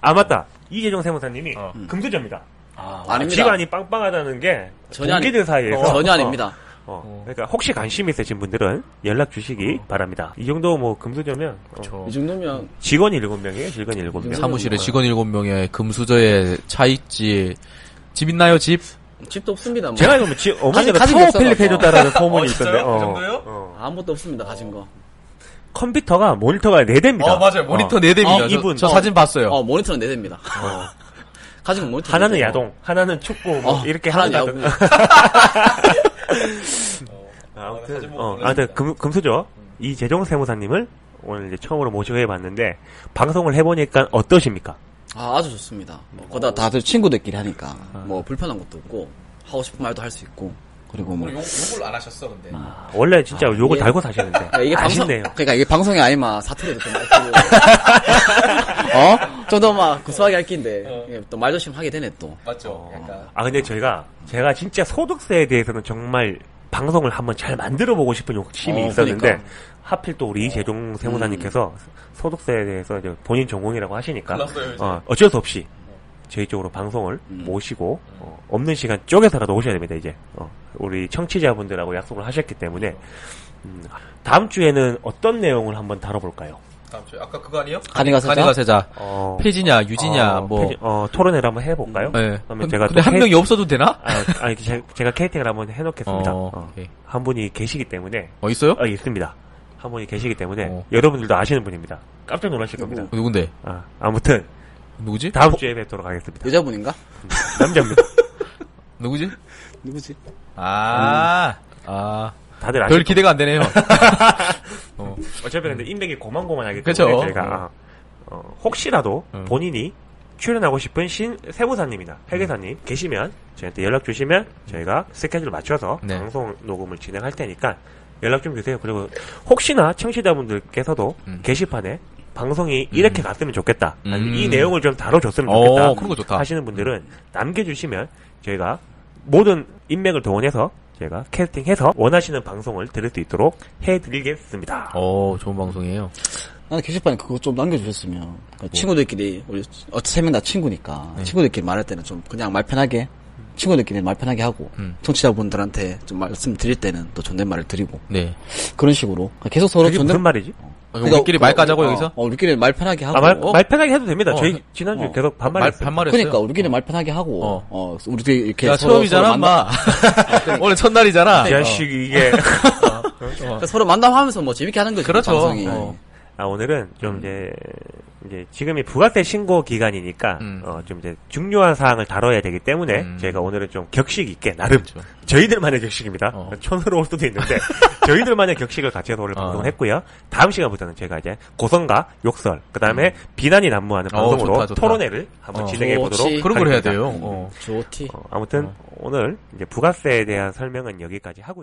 S2: 아 맞다. 이재종 세무사님이
S5: 어.
S2: 금수저입니다.
S4: 아, 닙니다
S2: 집안이 빵빵하다는 게
S4: 전혀 아니-
S2: 동기들 사이에서
S4: 전혀
S2: 어,
S4: 아닙니다.
S2: 어, 그러니까 혹시 관심 있으신 분들은 연락 주시기
S4: 어.
S2: 바랍니다. 이 정도 뭐 금수저면 어,
S5: 그렇죠.
S4: 이 정도면
S2: 직원 7명이에요. 직원
S5: 네.
S2: 7명.
S4: 사-
S3: 사무실에 직원 7명에 금수저에 차 있지. 집 있나요, 집?
S4: 집도 없습니다. 뭐.
S2: 제가 알기로는 지- 어머니가
S4: 가진 게
S2: 타워
S4: 없어가지고.
S2: 필립 해줬다라는
S5: (laughs)
S2: 소문이
S5: 어, 진짜요?
S2: 있던데
S5: 그 정도요?
S2: 어.
S4: 아무것도 없습니다. 가진 거.
S2: 컴퓨터가 모니터가 4대입니다.
S5: 어, 맞아요. 모니터 네 4대입니다.
S2: 어, 이분.
S5: 저,
S2: 어.
S5: 저 사진 봤어요.
S4: 어 모니터는 내 됩니다. (laughs) 가진 거 모니터.
S2: 하나는
S4: 내 됩니다.
S2: 야동, 하나는 축구, 뭐
S4: 어,
S2: 이렇게
S4: 하나는
S2: 하는
S4: 야구.
S5: 사진
S2: 아무튼,
S5: 보고
S2: 어,
S5: 놀랐습니다.
S2: 아무튼 금, 금수저 이 재정 세무사님을 오늘 이제 처음으로 모시고 해봤는데 방송을 해보니까 어떠십니까?
S4: 아, 아주 좋습니다.
S2: 음.
S4: 뭐, 거기다 다들 친구들끼리 하니까,
S2: 아.
S4: 뭐, 불편한 것도 없고, 하고 싶은 말도 할 수 있고, 그리고 뭐.
S5: 욕, 욕을 안 하셨어, 근데.
S2: 아, 원래 진짜 요거 달고 사시는데
S5: (laughs)
S4: 그러니까 이게 방송,
S2: 아쉽네요.
S4: 그러니까 이게 방송이 아니, 막, 사투리도 좀
S2: (laughs)
S4: 많이 쓰고. 어? 좀 더 막, 구수하게 할 낀데,
S2: 어.
S4: 예, 또 말조심 하게 되네, 또.
S3: 어.
S5: 맞죠? 약간.
S2: 아 근데 저희가 제가 진짜 소득세에 대해서는 정말 방송을 한번 잘 만들어 보고 싶은 욕심이
S4: 어,
S2: 있었는데
S4: 그러니까.
S2: 하필 또 우리
S5: 음.
S2: 이재종 세무사님께서 소득세에 대해서 이제 본인 전공이라고 하시니까
S5: 몰랐어요, 이제. 음.
S2: 어, 어쩔 수 없이 저희 쪽으로 방송을 모시고 어, 없는 시간 쪼개서라도 오셔야 됩니다 이제 어, 우리 청취자분들하고 약속을 하셨기 때문에 음, 다음 주에는 어떤 내용을 한번 다뤄볼까요?
S5: 다음 주에. 아까 그거 아니에요?
S4: 간이가 살짝.
S3: 가니가 세자.
S2: 어,
S3: 폐지냐, 유지냐,
S2: 어,
S3: 뭐.
S2: 페이지- 어, 토론회를 한번 해볼까요?
S3: 예.
S2: 그러면
S3: 근데
S2: 제가 또
S3: 한
S2: 페이지-
S3: 명이 없어도 되나?
S2: 아, 아니 제, 제가 캐릭팅을 한번 해놓겠습니다.
S3: 어,
S2: 어.
S3: 오케이.
S2: 한 분이 계시기 때문에
S3: 어, 있어요?
S2: 아, 있습니다. 한 분이 계시기 때문에
S3: 어.
S2: 여러분들도 아시는 분입니다. 깜짝 놀라실 겁니다.
S3: 누군데?
S2: 아, 아무튼
S3: 누구지?
S2: 다음 주에 뵙도록 하겠습니다.
S4: 여자분인가?
S2: 남자입니다.
S3: 누구지?
S4: 누구지?
S3: 아, 아.
S2: 다들
S3: 별
S2: 아시죠?
S3: 기대가 안 되네요.
S2: 어차피 근데 인맥이 고만고만하기
S3: 그쵸. 네.
S2: 때문에 저희가 아, 어, 혹시라도
S3: 음.
S2: 본인이 출연하고 싶은 신 세무사님이나 회계사님 계시면 저희한테 연락 주시면 저희가 스케줄 맞춰서
S3: 네.
S2: 방송 녹음을 진행할 테니까 연락 좀 주세요. 그리고 혹시나 청취자분들께서도
S3: 음.
S2: 게시판에 방송이 이렇게 갔으면 좋겠다. 아니면
S3: 음.
S2: 이 내용을 좀 다뤄줬으면
S3: 어,
S2: 좋겠다.
S3: 그런 거 좋다. 음.
S2: 하시는 분들은 남겨주시면 저희가 모든 인맥을 동원해서 저희가 캐스팅해서 원하시는 방송을 들을 수 있도록 해드리겠습니다.
S3: 어, 좋은 방송이에요.
S4: 나는 게시판에 그거 좀 남겨주셨으면.
S2: 뭐?
S4: 그러니까 친구들끼리, 우리, 어차피 세명 다 친구니까,
S2: 네.
S4: 친구들끼리 말할 때는 좀 그냥 말 편하게, 친구들끼리 말 편하게 하고,
S3: 음.
S4: 청취자분들한테 좀 말씀 드릴 때는 또 존댓말을 드리고,
S3: 네.
S4: 그런 식으로. 계속
S3: 그렇죠.
S4: 서로
S2: 그게
S4: 존댓말.
S2: 무슨 말이지?
S4: 그러니까
S3: 우리끼리
S4: 그-
S3: 말 까자고,
S4: 어,
S3: 여기서?
S4: 어, 우리끼리 말 편하게 하고.
S2: 아, 말,
S4: 어,
S2: 말 편하게 해도 됩니다.
S3: 어, 어,
S2: 저희 지난주에
S4: 어.
S2: 계속 반말했어요.
S3: 반말했어요.
S4: 그러니까 우리끼리 말 편하게 하고.
S3: 어.
S4: 어, 우리도 이렇게
S3: 야,
S4: 서로
S3: 처음이잖아,
S4: 서로 만나-
S3: 마. (laughs) 오늘 첫날이잖아.
S2: 이 자식이 이게.
S4: 그러니까 서로 만남하면서 뭐 재밌게 하는 거죠.
S3: 그렇죠.
S4: 방송이.
S3: 어.
S2: (laughs) 아, 오늘은
S3: 음.
S2: 좀 이제, 이제 지금이 부가세 신고 기간이니까,
S3: 음.
S2: 어, 좀 이제 중요한 사항을 다뤄야 되기 때문에,
S3: 음.
S2: 저희가 오늘은 좀 격식 있게, 나름.
S3: 그렇죠.
S2: 저희들만의 격식입니다.
S3: 어.
S2: 촌스러울 수도 있는데, (laughs) 저희들만의 격식을 갖춰서 오늘
S3: 어.
S2: 방송을 했고요. 다음 시간부터는 제가 이제 고성과 욕설, 그 다음에 비난이 난무하는
S3: 어,
S2: 방송으로
S3: 좋다, 좋다.
S2: 토론회를 한번
S3: 어.
S2: 진행해 보도록 음.
S4: 좋지.
S3: 그런 걸 해야 돼요. 어.
S4: 좋티.
S2: 아무튼 오늘 이제 부가세에 대한 설명은 여기까지 하고요.